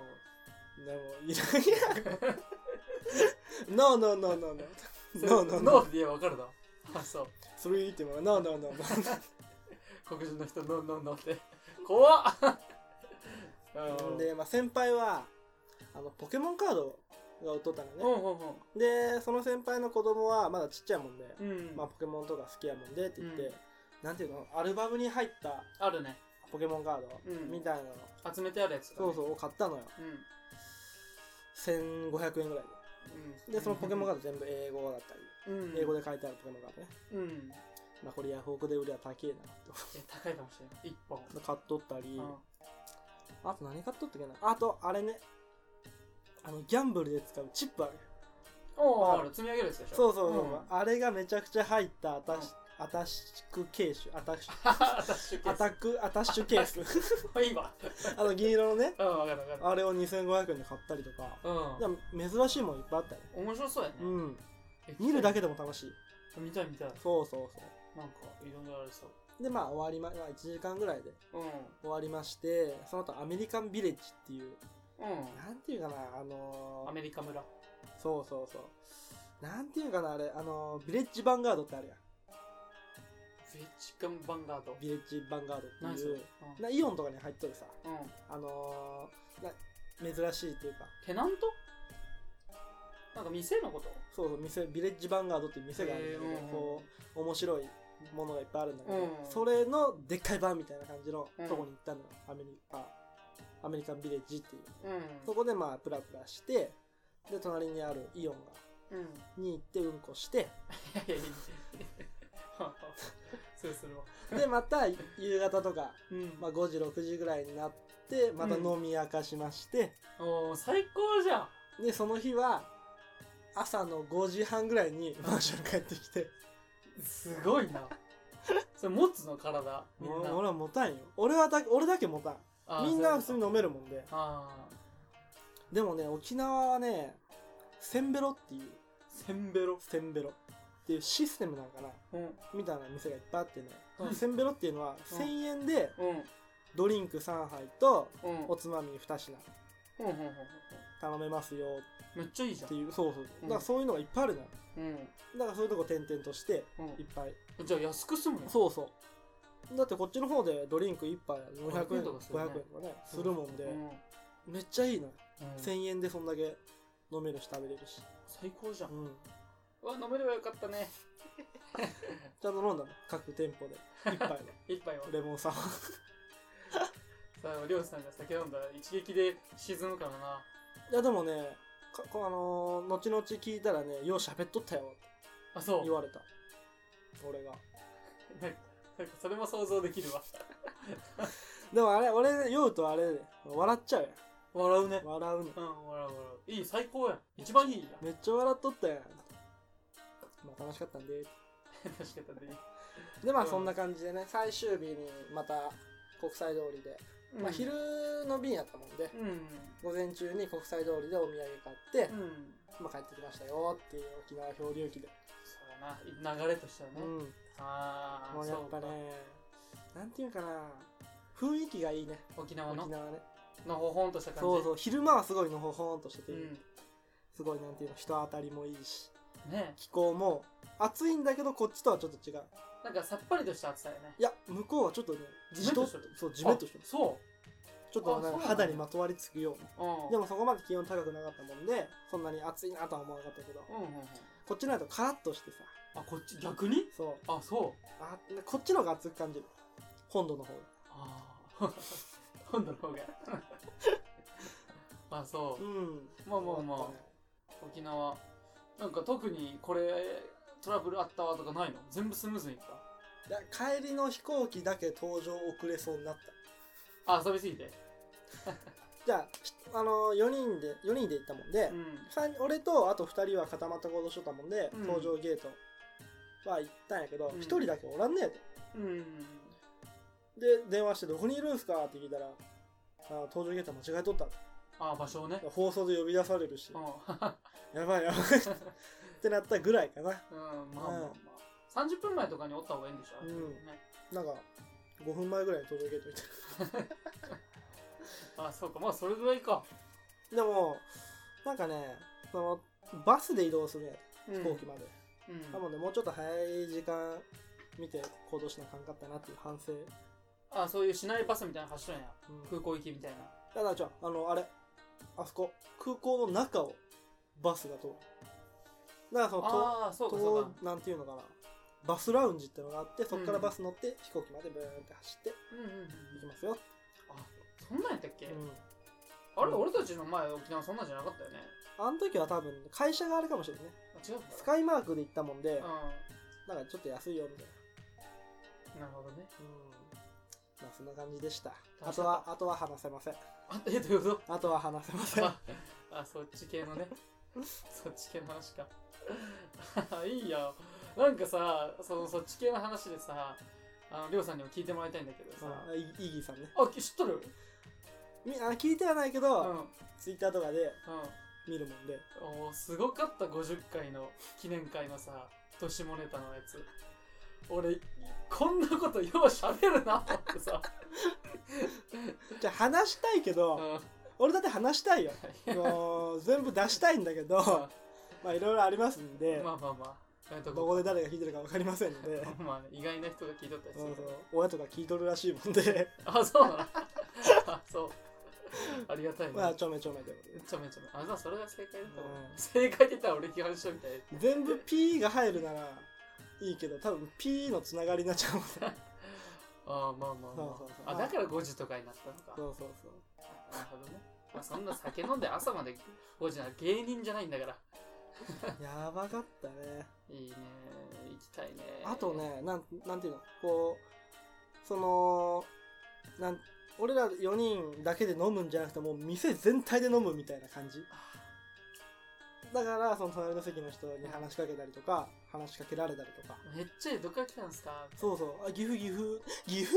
[SPEAKER 2] でもい
[SPEAKER 1] <laughs>
[SPEAKER 2] らんやん No no no no no
[SPEAKER 1] うん
[SPEAKER 2] No
[SPEAKER 1] そ
[SPEAKER 2] no
[SPEAKER 1] れ
[SPEAKER 2] no
[SPEAKER 1] ノーで言えば分かるな <laughs> あそう
[SPEAKER 2] 3って言うのが No no no no
[SPEAKER 1] 黒人の人ノーノーノーって怖っうん
[SPEAKER 2] で、まあ、先輩はあのポケモンカードが売っとったの
[SPEAKER 1] うんう
[SPEAKER 2] ね、
[SPEAKER 1] んうん
[SPEAKER 2] でその先輩の子供はまだちっちゃいもんで、
[SPEAKER 1] うん
[SPEAKER 2] まあ、ポケモンとか好きやもんでって言って、
[SPEAKER 1] うん
[SPEAKER 2] なんていうのアルバムに入った
[SPEAKER 1] あるね
[SPEAKER 2] ポケモンカード
[SPEAKER 1] うん
[SPEAKER 2] みたいなの、
[SPEAKER 1] 集めてあるやつとか
[SPEAKER 2] そ
[SPEAKER 1] ね
[SPEAKER 2] うそうを買ったのよ
[SPEAKER 1] うん
[SPEAKER 2] 1500円ぐらい
[SPEAKER 1] うん
[SPEAKER 2] ででそのポケモンカード <laughs> 全部英語だったり、
[SPEAKER 1] うん
[SPEAKER 2] 英語で書いてあるポケモンカードね、
[SPEAKER 1] うん
[SPEAKER 2] まあ、これヤフオクで売りは高えなと
[SPEAKER 1] え高いかもしれない一本
[SPEAKER 2] 思って買っとったり、
[SPEAKER 1] うん
[SPEAKER 2] あと何買っとったっけなあとあれねあのギャンブルで使うチップある
[SPEAKER 1] お
[SPEAKER 2] あ
[SPEAKER 1] お積み上げるやつでしょ
[SPEAKER 2] そうそうそう、
[SPEAKER 1] ん
[SPEAKER 2] あれがめちゃくちゃ入ったアタッシ,、アタッシュケースアタッシュ
[SPEAKER 1] アタッシュケ
[SPEAKER 2] アタ
[SPEAKER 1] ー
[SPEAKER 2] ックアタッシュケース
[SPEAKER 1] スいいわ
[SPEAKER 2] <laughs> あの銀色のね
[SPEAKER 1] うん分かる分か
[SPEAKER 2] あれを2500円で買ったりとか
[SPEAKER 1] るうん
[SPEAKER 2] でも珍しいもんいっぱいあったよね
[SPEAKER 1] 面白そうやね
[SPEAKER 2] うん見るだけでも楽しい
[SPEAKER 1] け見たい見たい
[SPEAKER 2] そうそうそ
[SPEAKER 1] なんかいろんなありそう
[SPEAKER 2] うでまあ終わりま、まあ、1時間ぐらいで
[SPEAKER 1] うん
[SPEAKER 2] 終わりましてその後アメリカンビレッジっていう
[SPEAKER 1] うん
[SPEAKER 2] なんていうかなあのー
[SPEAKER 1] アメリカ村
[SPEAKER 2] そうそうそうなんていうかなあれあのービレッジヴァンガードってあるやん
[SPEAKER 1] ビッチガンバンガード
[SPEAKER 2] ビレッジヴァンガードっ
[SPEAKER 1] 何
[SPEAKER 2] て
[SPEAKER 1] それ
[SPEAKER 2] いう
[SPEAKER 1] うん
[SPEAKER 2] なイオンとかに入っとるさ
[SPEAKER 1] うん
[SPEAKER 2] あのー、な珍しいっていうか
[SPEAKER 1] テナントなんか店のこと
[SPEAKER 2] そうそう店ビレッジヴァンガードっていう店があるんだけ
[SPEAKER 1] へーうん
[SPEAKER 2] どこう面白いものがいっぱいあるんだけど、
[SPEAKER 1] うん
[SPEAKER 2] それのでっかいバーみたいな感じの
[SPEAKER 1] うん
[SPEAKER 2] とこに行ったのよ、アメリカアメリカンビレッジっていう
[SPEAKER 1] うん
[SPEAKER 2] そこでまあプラプラしてで隣にあるイオンが
[SPEAKER 1] うんい
[SPEAKER 2] に行ってうん
[SPEAKER 1] <laughs>
[SPEAKER 2] こして
[SPEAKER 1] やいやいやそうするわ
[SPEAKER 2] でまた夕方とか、
[SPEAKER 1] うん
[SPEAKER 2] まあ、5時6時ぐらいになっってまた飲み明かしまして、
[SPEAKER 1] おー最高じゃん
[SPEAKER 2] でその日は朝の5時半ぐらいにマンション帰ってきて
[SPEAKER 1] すごい
[SPEAKER 2] <laughs>
[SPEAKER 1] なそれ持つの体みん
[SPEAKER 2] 俺
[SPEAKER 1] な
[SPEAKER 2] 俺は持たんよ俺はだ俺だけ持たん
[SPEAKER 1] あー
[SPEAKER 2] みんな
[SPEAKER 1] そうい
[SPEAKER 2] は
[SPEAKER 1] うこと
[SPEAKER 2] 普通に飲めるもんで
[SPEAKER 1] あ
[SPEAKER 2] でもね沖縄はねせんべろっていう
[SPEAKER 1] あせんべろ
[SPEAKER 2] せんべろっていうシステムなんかな
[SPEAKER 1] うんうん
[SPEAKER 2] みたいな店がいっぱいあってね
[SPEAKER 1] うん
[SPEAKER 2] せんべろっていうのは
[SPEAKER 1] うん
[SPEAKER 2] 1000円で
[SPEAKER 1] うん
[SPEAKER 2] ドリンク3杯と
[SPEAKER 1] うん
[SPEAKER 2] おつまみ2品
[SPEAKER 1] うんうんうん
[SPEAKER 2] 頼めますよ
[SPEAKER 1] めっちゃいいじゃん
[SPEAKER 2] っていうそうそう
[SPEAKER 1] う
[SPEAKER 2] だ
[SPEAKER 1] ん
[SPEAKER 2] からそういうのがいっぱいあるじゃん
[SPEAKER 1] うん
[SPEAKER 2] だからそういうとこ転々としていっぱい
[SPEAKER 1] うんじゃあ安く済むね
[SPEAKER 2] そうそうだってこっちの方でドリンク1杯
[SPEAKER 1] 500
[SPEAKER 2] 400円
[SPEAKER 1] 円と
[SPEAKER 2] とか
[SPEAKER 1] か
[SPEAKER 2] 500
[SPEAKER 1] するね
[SPEAKER 2] 円とかねするもんで
[SPEAKER 1] うん
[SPEAKER 2] めっちゃいいのよ
[SPEAKER 1] うん
[SPEAKER 2] 1000円でそんだけ飲めるし食べれるし
[SPEAKER 1] 最高じゃん
[SPEAKER 2] うん
[SPEAKER 1] うわ飲めればよかったね
[SPEAKER 2] ちゃんと飲んだの各店舗で1杯
[SPEAKER 1] <laughs>
[SPEAKER 2] で
[SPEAKER 1] 一杯は
[SPEAKER 2] レモンサワー
[SPEAKER 1] さありょうさんが酒飲んだら一撃で沈むからない
[SPEAKER 2] やでもねかこうあのー後々聞いたらねよう喋っとったよって
[SPEAKER 1] あそう
[SPEAKER 2] 言われた俺が
[SPEAKER 1] なんかなんかそれも想像できるわ
[SPEAKER 2] でもあれ俺ね酔うとあれね笑っちゃうよ
[SPEAKER 1] 笑うね
[SPEAKER 2] 笑うね
[SPEAKER 1] うん笑う笑ういい最高やん一番いいやん <laughs>
[SPEAKER 2] めっちゃ笑っとったやんまあ楽しかったんで
[SPEAKER 1] 楽しかったね
[SPEAKER 2] でまあ
[SPEAKER 1] うん
[SPEAKER 2] そんな感じでね最終日にまた国際通りで、まあ昼の便やったもんで
[SPEAKER 1] うん
[SPEAKER 2] 午前中に国際通りでお土産買って
[SPEAKER 1] う、ん
[SPEAKER 2] まあ、帰ってきましたよっていう沖縄漂流記で、
[SPEAKER 1] そうだな流れとしてはね、
[SPEAKER 2] うん
[SPEAKER 1] あ
[SPEAKER 2] も
[SPEAKER 1] あ
[SPEAKER 2] うやっぱねなんていうんかな雰囲気がいいね
[SPEAKER 1] 沖縄の
[SPEAKER 2] 沖縄ね
[SPEAKER 1] のほほんとした感じ
[SPEAKER 2] そうそう昼間はすごいのほほんとしてて、
[SPEAKER 1] うん
[SPEAKER 2] すごいなんていうの人当たりもいいし
[SPEAKER 1] ね
[SPEAKER 2] 気候も暑いんだけどこっちとはちょっと違う
[SPEAKER 1] なんかさっぱりとした暑さよね
[SPEAKER 2] いや向こうはちょっとね
[SPEAKER 1] じめっとしてる
[SPEAKER 2] じとそうじめっとしてる
[SPEAKER 1] あそ
[SPEAKER 2] ちょっと
[SPEAKER 1] あそう
[SPEAKER 2] な
[SPEAKER 1] なんん
[SPEAKER 2] か
[SPEAKER 1] だ
[SPEAKER 2] 肌にまとわりつくような
[SPEAKER 1] ううん
[SPEAKER 2] でもそこまで気温高くなかったもんでそんなに暑いなとは思わなかったけど
[SPEAKER 1] うんうんうん
[SPEAKER 2] こっちのやとカラッとしてさ
[SPEAKER 1] あこっち逆に
[SPEAKER 2] そう
[SPEAKER 1] あそう
[SPEAKER 2] あこっちの方が暑く感じる本土の方が
[SPEAKER 1] あ <laughs> あ今度の方が <laughs> あそううんまあまあまあ
[SPEAKER 2] そうだったね
[SPEAKER 1] 沖縄なんか特にこれトラブルあったわとかないの全部スムーズにいっ
[SPEAKER 2] いや帰りの飛行機だけ搭乗遅れそうになった
[SPEAKER 1] たあ遊びすぎて
[SPEAKER 2] じゃあひあの4人で4人で行ったもんで
[SPEAKER 1] う、ん
[SPEAKER 2] 三人俺とあと2人は固まった行動しとったもんで、
[SPEAKER 1] うん
[SPEAKER 2] 搭乗ゲートは行ったんやけど、
[SPEAKER 1] うん
[SPEAKER 2] 1人だけおらんねやて
[SPEAKER 1] うん
[SPEAKER 2] で電話して「どこにいるんすか?」って聞いたら「あ搭乗ゲート間違えとった」
[SPEAKER 1] あ場所をね
[SPEAKER 2] 放送で呼び出されるし
[SPEAKER 1] うん <laughs> うん
[SPEAKER 2] やばいやば
[SPEAKER 1] <laughs>
[SPEAKER 2] いってなったぐらいかな
[SPEAKER 1] まあまあまあ30分前とかにおった方がいいんでしょ
[SPEAKER 2] うん
[SPEAKER 1] ね
[SPEAKER 2] なんか5分前ぐらいに搭乗ゲートみたい
[SPEAKER 1] あそうかまあそれぐらいか
[SPEAKER 2] なでもなんかねそのバスで移動するんやて
[SPEAKER 1] 飛
[SPEAKER 2] 飛行機まで、
[SPEAKER 1] うん
[SPEAKER 2] なのでもうちょっと早い時間見て行動しなあかんかったなっていう反省、う
[SPEAKER 1] あそういう市内バスみたいなの走るんや
[SPEAKER 2] ん、
[SPEAKER 1] 空港行きみたいな
[SPEAKER 2] ただじゃああのあれあそこ空港の中をバスが通るだからそのと
[SPEAKER 1] ああそうかそう
[SPEAKER 2] と
[SPEAKER 1] か
[SPEAKER 2] なんていうのかなバスラウンジってのがあってそこからバス乗って飛行機までブーンって走って
[SPEAKER 1] うんうんうん
[SPEAKER 2] 行きますよ、
[SPEAKER 1] あそんなんやったっけ
[SPEAKER 2] うん、
[SPEAKER 1] あれ俺たちの前沖縄そんなんじゃなかったよね
[SPEAKER 2] あの時は多分会社があれかもしれないね
[SPEAKER 1] あ違うか
[SPEAKER 2] スカイマークで行ったもんで、
[SPEAKER 1] う
[SPEAKER 2] なんかちょっと安いよみたいなん
[SPEAKER 1] なるほどね
[SPEAKER 2] うんまあそんな感じでしたあ
[SPEAKER 1] 楽し
[SPEAKER 2] と
[SPEAKER 1] かっ
[SPEAKER 2] はあとは話せません
[SPEAKER 1] あえどういうこと
[SPEAKER 2] あとは話せま <laughs> せん
[SPEAKER 1] ああそっち系のねそっち系の話かいいよなんかさそのそっち系の話でさあのりょうさんにも聞いてもらいたいんだけどさ、
[SPEAKER 2] あイイギーさんね
[SPEAKER 1] あ知っとる
[SPEAKER 2] みあ聞いてはないけ
[SPEAKER 1] う
[SPEAKER 2] ど、
[SPEAKER 1] んうん
[SPEAKER 2] ツイッターとかで見るもんで
[SPEAKER 1] おーすごかった50回の記念会のさ年もネタのやつ俺こんなことよう喋るなと思ってさ、
[SPEAKER 2] じゃあ話したいけど、
[SPEAKER 1] う
[SPEAKER 2] <laughs> 俺だって話したいよ
[SPEAKER 1] ん、
[SPEAKER 2] もう全部出したいんだけど
[SPEAKER 1] ま
[SPEAKER 2] まあいろいろありますんで、
[SPEAKER 1] あまあまあやめと
[SPEAKER 2] ど
[SPEAKER 1] こ
[SPEAKER 2] こで誰が聞いてるか分かりませんので
[SPEAKER 1] うまあね、意外な人が聞いとったりす
[SPEAKER 2] そう
[SPEAKER 1] る
[SPEAKER 2] そ
[SPEAKER 1] か
[SPEAKER 2] う
[SPEAKER 1] ら
[SPEAKER 2] 親とか聞いとるらしいもんで
[SPEAKER 1] あそうなのあそうありがたいね、
[SPEAKER 2] まあちょめちょめということで
[SPEAKER 1] めちゃめちゃあじゃあそれが正解だと思う、
[SPEAKER 2] うん
[SPEAKER 1] 正解って言ったら俺批判したみたい
[SPEAKER 2] 全部 P が入るならいいけど多分 P のつながりになっちゃ
[SPEAKER 1] <laughs>
[SPEAKER 2] うもんね
[SPEAKER 1] ああまあまあまあ
[SPEAKER 2] そうそうそう
[SPEAKER 1] あだから5時とかになったのか
[SPEAKER 2] そうそうそう
[SPEAKER 1] なるほどね、まあ、そんな酒飲んで朝まで5時なら芸人じゃないんだから
[SPEAKER 2] やばかったね
[SPEAKER 1] いいね行きたいね
[SPEAKER 2] あとねなんなんていうのこうそのなん俺ら4人だけで飲むんじゃなくてもう店全体で飲むみたいな感じだからその隣の席の人に話しかけたりとか話しかけられたりとか
[SPEAKER 1] めっちゃいいどっから来たんすか <laughs>
[SPEAKER 2] そうそうあ岐阜岐阜岐阜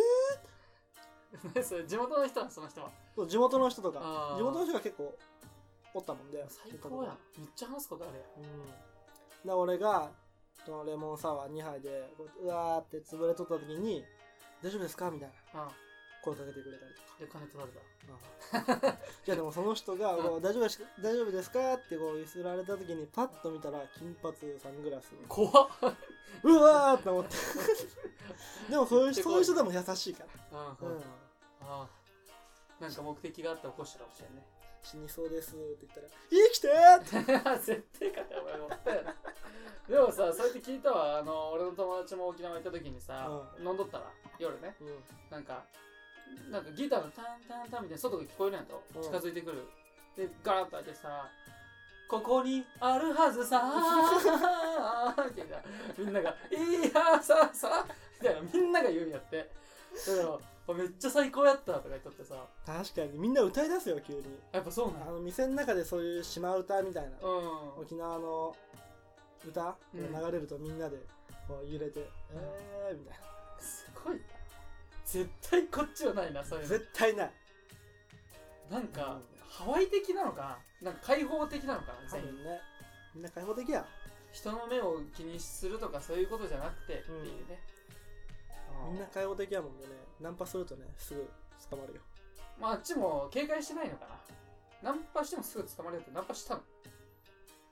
[SPEAKER 1] 何それ地元の人はその人は
[SPEAKER 2] そう地元の人とか
[SPEAKER 1] あー
[SPEAKER 2] 地元の人が結構おったもんで
[SPEAKER 1] 最高やんめっちゃ話すことあるやん
[SPEAKER 2] うん、で俺がそのレモンサワー2杯でこううわーって潰れとった時に「大丈夫ですか?」みたいな
[SPEAKER 1] あ
[SPEAKER 2] 声かけてくれたりとか
[SPEAKER 1] で金取られた
[SPEAKER 2] <laughs> いやでもその人が
[SPEAKER 1] うん
[SPEAKER 2] こう大丈夫です「大丈夫ですか?」ってこう揺すられた時にパッと見たら金髪サングラスに
[SPEAKER 1] 怖っ
[SPEAKER 2] うわーっ
[SPEAKER 1] <laughs>
[SPEAKER 2] て思ってでもそういうそういう人でも優しいから、
[SPEAKER 1] う
[SPEAKER 2] うん
[SPEAKER 1] うん
[SPEAKER 2] ん
[SPEAKER 1] あ、あなんか目的があって起こしてたかもしれんね
[SPEAKER 2] 死にそうですって言ったら「生きて!」って
[SPEAKER 1] <laughs> 絶対かよお前もでもさそうやって聞いたわあの俺の友達も沖縄行った時にさ、飲んどったら夜ね
[SPEAKER 2] うん
[SPEAKER 1] なんかなんかギターのタンタンタンみたいな外が聞こえるんやと、
[SPEAKER 2] うん
[SPEAKER 1] 近づいてくるでガラッと開けてさ「ここにあるはずさ」って言ったら <laughs> みんなが「いやささ」みたいなみんなが言うんやってだからめっちゃ最高やったとか言っとってさ
[SPEAKER 2] 確かにみんな歌い出すよ急に
[SPEAKER 1] やっぱそうな
[SPEAKER 2] あ
[SPEAKER 1] の
[SPEAKER 2] の店の中でそういう島歌みたいな
[SPEAKER 1] うん
[SPEAKER 2] 沖縄の歌が
[SPEAKER 1] うん
[SPEAKER 2] 流れるとみんなでこう揺れて、えーみたい
[SPEAKER 1] すごいな絶対こっちはないなそうい
[SPEAKER 2] な
[SPEAKER 1] うの
[SPEAKER 2] 絶対ない
[SPEAKER 1] なんかハワイ的なのかななんか開放的なのかな
[SPEAKER 2] 多
[SPEAKER 1] 全員
[SPEAKER 2] 分ねみんな開放的や
[SPEAKER 1] 人の目を気にするとかそういうことじゃなくてっていうね、あー
[SPEAKER 2] みんな開放的やもんでねナンパするとねすぐ捕まるよ
[SPEAKER 1] まああっちも警戒してないのかなナンパしてもすぐ捕まれるってナンパしたの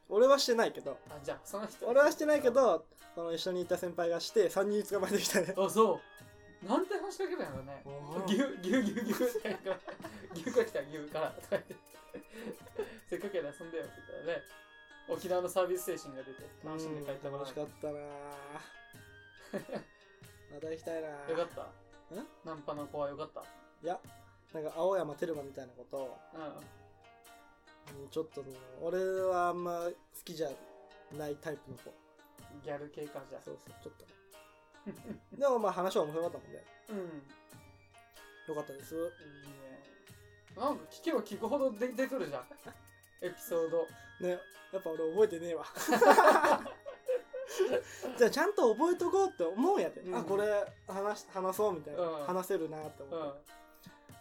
[SPEAKER 2] 俺はしてないけど
[SPEAKER 1] あじゃあその人
[SPEAKER 2] 俺はしてないけどその一緒にいた先輩がして3人捕まえてきたね
[SPEAKER 1] あそうなんて話しかけたんやろね
[SPEAKER 2] うん
[SPEAKER 1] ぎゅぎゅぎゅぎゅってなんかぎゅか来たぎゅからとか言ってせっかくやで遊んでよって言ったらね沖縄のサービス精神が出て楽しんで帰ってもら
[SPEAKER 2] 楽
[SPEAKER 1] う
[SPEAKER 2] し
[SPEAKER 1] よ
[SPEAKER 2] か
[SPEAKER 1] か
[SPEAKER 2] った
[SPEAKER 1] <laughs>
[SPEAKER 2] なぁまた行きたいなぁ
[SPEAKER 1] った
[SPEAKER 2] ん
[SPEAKER 1] ナンパの子はよかった
[SPEAKER 2] いやなんか青山テルマみたいなことを
[SPEAKER 1] う
[SPEAKER 2] うんちょっとね俺はあんま好きじゃないタイプの子
[SPEAKER 1] んギャル系かじゃ
[SPEAKER 2] そうそう、ちょっ
[SPEAKER 1] <laughs>
[SPEAKER 2] とね。でもまあ話は面白かったもんね。
[SPEAKER 1] うん
[SPEAKER 2] よかったです。
[SPEAKER 1] いいね。なんか聞けば聞くほど出てくるじゃん。エピソード。
[SPEAKER 2] ね、やっぱ俺覚えて
[SPEAKER 1] <laughs>
[SPEAKER 2] ねえわ。じゃあちゃんと覚えとこうって思うやで。
[SPEAKER 1] うん
[SPEAKER 2] あ、これ話し話そうみたいな。
[SPEAKER 1] うん
[SPEAKER 2] 話せるなって思
[SPEAKER 1] う
[SPEAKER 2] っ
[SPEAKER 1] ん
[SPEAKER 2] て。。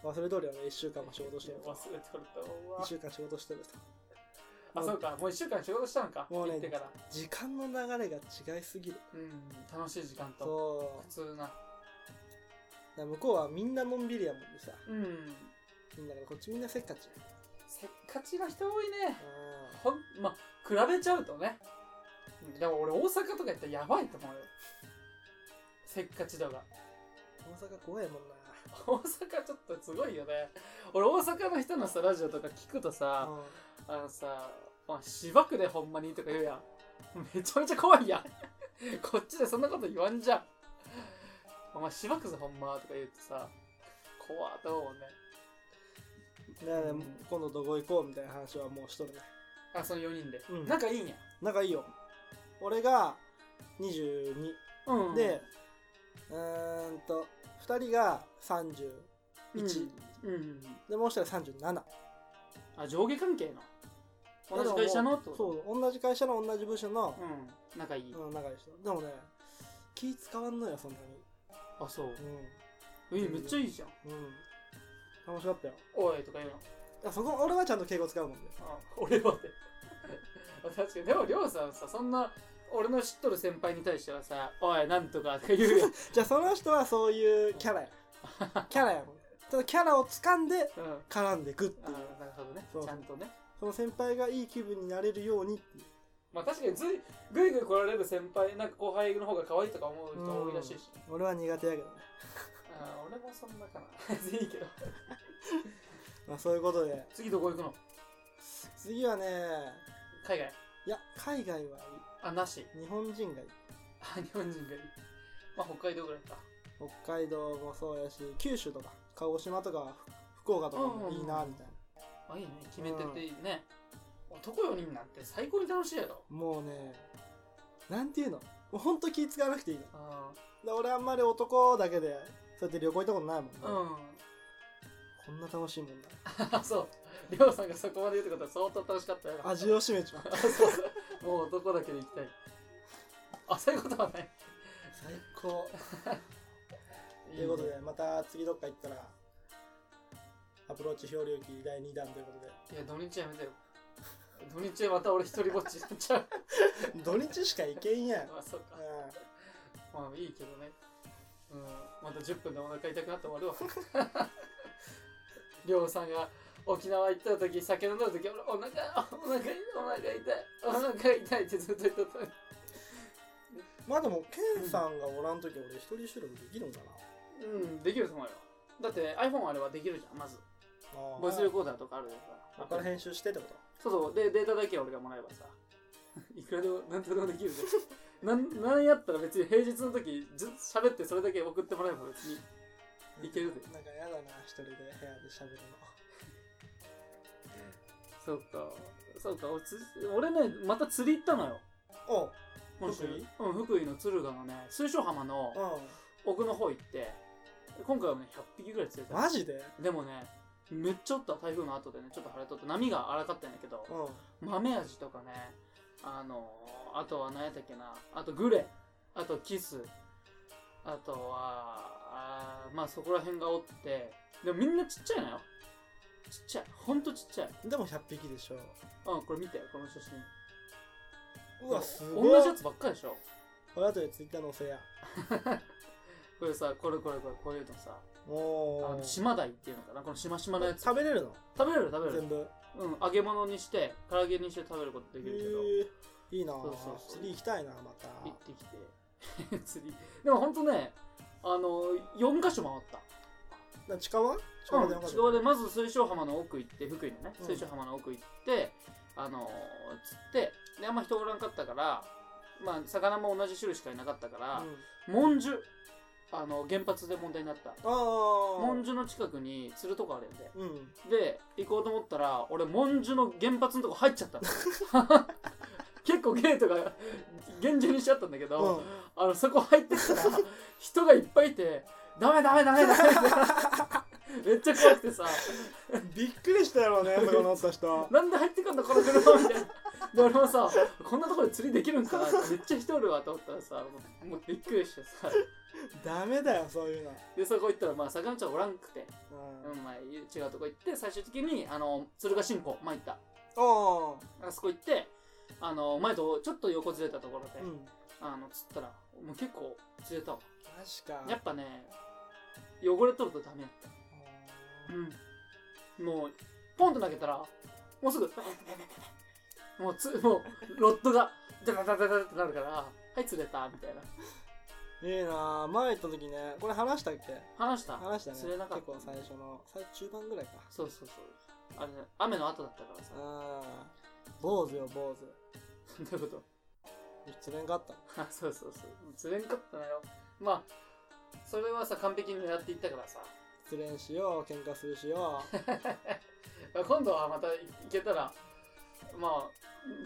[SPEAKER 2] 忘れとるよね、1週間も仕事してると。
[SPEAKER 1] 忘れとると思う
[SPEAKER 2] 1
[SPEAKER 1] わ。
[SPEAKER 2] 週間仕事してると。
[SPEAKER 1] あ、
[SPEAKER 2] も
[SPEAKER 1] そううか。もう一週間仕事したのか。
[SPEAKER 2] もうね
[SPEAKER 1] 行ってから。
[SPEAKER 2] 時間の流れが違いすぎる。
[SPEAKER 1] うん。楽しい時間と。
[SPEAKER 2] そ
[SPEAKER 1] 普通な。
[SPEAKER 2] う。だから向こうはみんなのんびりやもんでさ。
[SPEAKER 1] うん。
[SPEAKER 2] みんながこっちみんなせっかち。
[SPEAKER 1] せっかちな人多いね。
[SPEAKER 2] う
[SPEAKER 1] ほん、ま、比べちゃうとね。うんでも俺大阪とか行ったらやばいと思うよ。せっかち度が。
[SPEAKER 2] ん大阪怖いもんな。
[SPEAKER 1] 大阪ちょっとすごいよね。俺大阪の人のさ、ラジオとか聞くとさ、
[SPEAKER 2] うん
[SPEAKER 1] あのさ、まあ、芝生でほんまにとか言うやん。めちゃめちゃ怖いやん。 <laughs> こっちでそんなこと言わんじゃん。お前芝生ぜほんまとか言ってさ、怖っと思うもんね。
[SPEAKER 2] だからね今度どこ行こうみたいな話はもうしとるね
[SPEAKER 1] あ、その4人で。
[SPEAKER 2] うん
[SPEAKER 1] 仲いいんや。
[SPEAKER 2] 仲いいよ俺が22、
[SPEAKER 1] う
[SPEAKER 2] で、うーんと2人が31、
[SPEAKER 1] うん。うん。
[SPEAKER 2] でもう一人は37
[SPEAKER 1] あ、上下関係の。同じ会社のってこと
[SPEAKER 2] そう同じ会社の同じ部署の、
[SPEAKER 1] うん。仲いい。
[SPEAKER 2] うん、仲いい人でもね気使わんのよそんな
[SPEAKER 1] あ、そう。
[SPEAKER 2] に
[SPEAKER 1] え、めっちゃいいじゃん。
[SPEAKER 2] うん、うん、楽しかったよ
[SPEAKER 1] おいとか言うの。
[SPEAKER 2] いやそこ俺はちゃんと敬語使うもんね
[SPEAKER 1] あ俺はで <laughs> 確かにでもりょうさんさそんな俺の知っとる先輩に対してはさ「おいなんとか」とか言う
[SPEAKER 2] <laughs>
[SPEAKER 1] やん、
[SPEAKER 2] じゃあその人はそういうキャ <laughs> ラやキャラやもんただキャラを掴んで
[SPEAKER 1] うん、
[SPEAKER 2] 絡んでくって
[SPEAKER 1] あ
[SPEAKER 2] いう
[SPEAKER 1] ーなるほどね
[SPEAKER 2] そう
[SPEAKER 1] ちゃんとね
[SPEAKER 2] その先輩がいい気分になれるようにっていう
[SPEAKER 1] まあ確かにずいぐいぐい来られる先輩なんか後輩の方が可愛いとか思う人多いらしいし、
[SPEAKER 2] 俺は苦手やけどね、
[SPEAKER 1] あー俺もそんなかな全 <laughs> 然いいけど
[SPEAKER 2] まあ、そういうことで
[SPEAKER 1] 次どこ行くの
[SPEAKER 2] 次はね
[SPEAKER 1] 海外
[SPEAKER 2] いや海外は
[SPEAKER 1] あなし
[SPEAKER 2] いい日本人がいい
[SPEAKER 1] あ日本人がいいまあ北海道ぐらいか
[SPEAKER 2] 北海道もそうやし九州とか鹿児島とか福岡とかもいいなみたいな、
[SPEAKER 1] まあいいね決めてていいね、男4人なんて最高に楽しいやろ
[SPEAKER 2] もうねなんていうのもうほんと気使わなくていいの
[SPEAKER 1] あ
[SPEAKER 2] だ俺あんまり男だけでそうやって旅行行ったことないもんね、
[SPEAKER 1] ーうん
[SPEAKER 2] こんな楽しいもんだ
[SPEAKER 1] あ <laughs> そうりょうさんがそこまで言うってことは相当楽しかったよな
[SPEAKER 2] 味を占めちまう
[SPEAKER 1] あそうもう男だけで行きたいあそういうことはない
[SPEAKER 2] 最高
[SPEAKER 1] い
[SPEAKER 2] と
[SPEAKER 1] ね
[SPEAKER 2] いうことでまた次どっか行ったらアプローチ漂流記第2弾ということで
[SPEAKER 1] いや土日やめてよ土日はまた俺一人ぼっちになっちゃう
[SPEAKER 2] 土日しか行けんやん、うん
[SPEAKER 1] まあそうかまあいいけどねうんまた10分でお腹痛くなって終わるわ <laughs> りょうさんが沖縄行った時酒飲んだ時俺お腹お腹痛いお腹痛いお腹痛いってずっと言ってたのに
[SPEAKER 2] まあでもケンさんがおらん時俺一人収録できるんかな、
[SPEAKER 1] うんできると思うよだって iPhone あればできるじゃんまず
[SPEAKER 2] あー
[SPEAKER 1] ボイスレコーダーとかあるじ
[SPEAKER 2] こ
[SPEAKER 1] ゃん
[SPEAKER 2] こから編集してってこ
[SPEAKER 1] そうそう、で、データだけ俺がもらえばさ、 <laughs> いくらでも何とでもできるで。 <laughs> なん、なんやったら別に平日の時、ずっと喋ってそれだけ送ってもらえば別に。
[SPEAKER 2] と
[SPEAKER 1] いけるぜ
[SPEAKER 2] なんかやだな一人で部屋で喋るの
[SPEAKER 1] そうか。そうか、俺つ俺ね、また釣り行ったのよ。
[SPEAKER 2] おう
[SPEAKER 1] 今週
[SPEAKER 2] 福井
[SPEAKER 1] うん、福井の敦賀のね、水晶浜の
[SPEAKER 2] う
[SPEAKER 1] 奥の方行って、今回はね、100匹ぐらい釣れ
[SPEAKER 2] ん
[SPEAKER 1] た。
[SPEAKER 2] マジで
[SPEAKER 1] でもね、めっちゃおった、台風の後でね、ちょっと晴れとって、波が荒かったんやけど、
[SPEAKER 2] うん
[SPEAKER 1] 豆味とかねあのーあとは何やったっけなあとグレあとキスあとはあーまあそこら辺がおってでもみんなちっちゃいのよちっちゃいほんとちっちゃい
[SPEAKER 2] でも100匹でしょ
[SPEAKER 1] うんこれ見てこの写真
[SPEAKER 2] うわすごい
[SPEAKER 1] 同じやつばっかりでしょ
[SPEAKER 2] これ後でツイッター載せや
[SPEAKER 1] これさこれこれこれこういうのさあ
[SPEAKER 2] お
[SPEAKER 1] の
[SPEAKER 2] う
[SPEAKER 1] 島鯛っていうのかなこのしましまのやつ
[SPEAKER 2] 食べれるの
[SPEAKER 1] 食べれる食べれる
[SPEAKER 2] 全部
[SPEAKER 1] うん揚げ物にして唐揚げにして食べることできるけど
[SPEAKER 2] えーいいな
[SPEAKER 1] そうそうそう
[SPEAKER 2] 釣り行きたいなまた
[SPEAKER 1] 行ってきて <laughs> 釣りでもほんとねあの4か所回った
[SPEAKER 2] な近場近場でよ
[SPEAKER 1] うん、
[SPEAKER 2] かっ
[SPEAKER 1] 近
[SPEAKER 2] た
[SPEAKER 1] 場でまず水晶浜の奥行って福井のね
[SPEAKER 2] うん
[SPEAKER 1] 水晶浜の奥行って、あのー釣ってであんま人おらんかったからまあ魚も同じ種類しかいなかったから、
[SPEAKER 2] うん
[SPEAKER 1] モンジュあの原発で問題になった
[SPEAKER 2] ああ
[SPEAKER 1] モンジュの近くに釣るとこあるんで
[SPEAKER 2] うん
[SPEAKER 1] で行こうと思ったら俺モンジュの原発のとこ入っちゃったの
[SPEAKER 2] <laughs>
[SPEAKER 1] 結構ゲートが厳重にしちゃったんだけど、
[SPEAKER 2] うん
[SPEAKER 1] あのそこ入ってったら人がいっぱいいて「ダメダメダメダメ」
[SPEAKER 2] <laughs>
[SPEAKER 1] めっちゃ怖くてさ
[SPEAKER 2] びっくりしたやろうねそこ乗った
[SPEAKER 1] 「
[SPEAKER 2] 人
[SPEAKER 1] なんで入ってくんだこの車」みたいな。で俺もさこんなところで釣りできるんかなってめっちゃ人おるわと思ったらさもうもうびっくりしてさ
[SPEAKER 2] ダメだよそういうの
[SPEAKER 1] でそこ行ったらまあ魚ちゃんおらんくて、
[SPEAKER 2] うん
[SPEAKER 1] うんまあ、違うとこ行って最終的にあの鶴ヶ新報前行った
[SPEAKER 2] おー
[SPEAKER 1] あそこ行ってあの前とちょっと横ずれたところで、
[SPEAKER 2] うん
[SPEAKER 1] あの釣ったらもう結構釣れたわ
[SPEAKER 2] マジか
[SPEAKER 1] やっぱね汚れとるとダメやった
[SPEAKER 2] う
[SPEAKER 1] うん、もうポンと投げたらもうすぐ <laughs> もうつもうロッドがダダダダダってなるからはい釣れたみたいなん
[SPEAKER 2] いいなあ前行った時ねこれ話したっけ
[SPEAKER 1] 話した
[SPEAKER 2] 話したね
[SPEAKER 1] 釣れなかった
[SPEAKER 2] 結構最初の最中盤ぐらいか
[SPEAKER 1] そうそうそうあれね雨の後だったからさ
[SPEAKER 2] ああ坊主よ坊主
[SPEAKER 1] どういうこと <laughs>
[SPEAKER 2] 釣れんかった
[SPEAKER 1] あそうそうそう釣れんかったのよまあそれはさ完璧に狙っていったからさ
[SPEAKER 2] 釣れんしよう喧嘩するしよ
[SPEAKER 1] <laughs>
[SPEAKER 2] う
[SPEAKER 1] 今度はまた行けたらまあ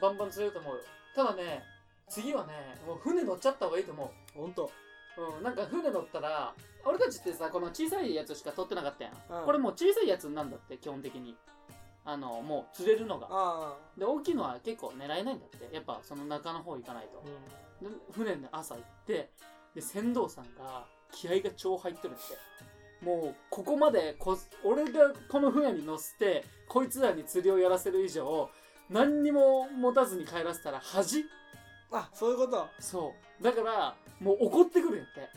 [SPEAKER 1] バンバン釣れると思うよただね次はねもう船乗っちゃった方がいいと思う
[SPEAKER 2] ほんと
[SPEAKER 1] うん、なんか船乗ったら俺たちってさこの小さいやつしか取ってなかったやん、
[SPEAKER 2] うん
[SPEAKER 1] これもう小さいやつなんだって基本的にあのもう釣れるのが
[SPEAKER 2] ああ
[SPEAKER 1] で大きいのは結構狙えないんだってやっぱその中の方行かないと
[SPEAKER 2] う、ん
[SPEAKER 1] で船で朝行ってで船頭さんが気合が超入ってるんでもうここまでこ俺がこの船に乗せてこいつらに釣りをやらせる以上何にも持たずに帰らせたら恥
[SPEAKER 2] あそういうこと
[SPEAKER 1] そうだからもう怒ってくるんやって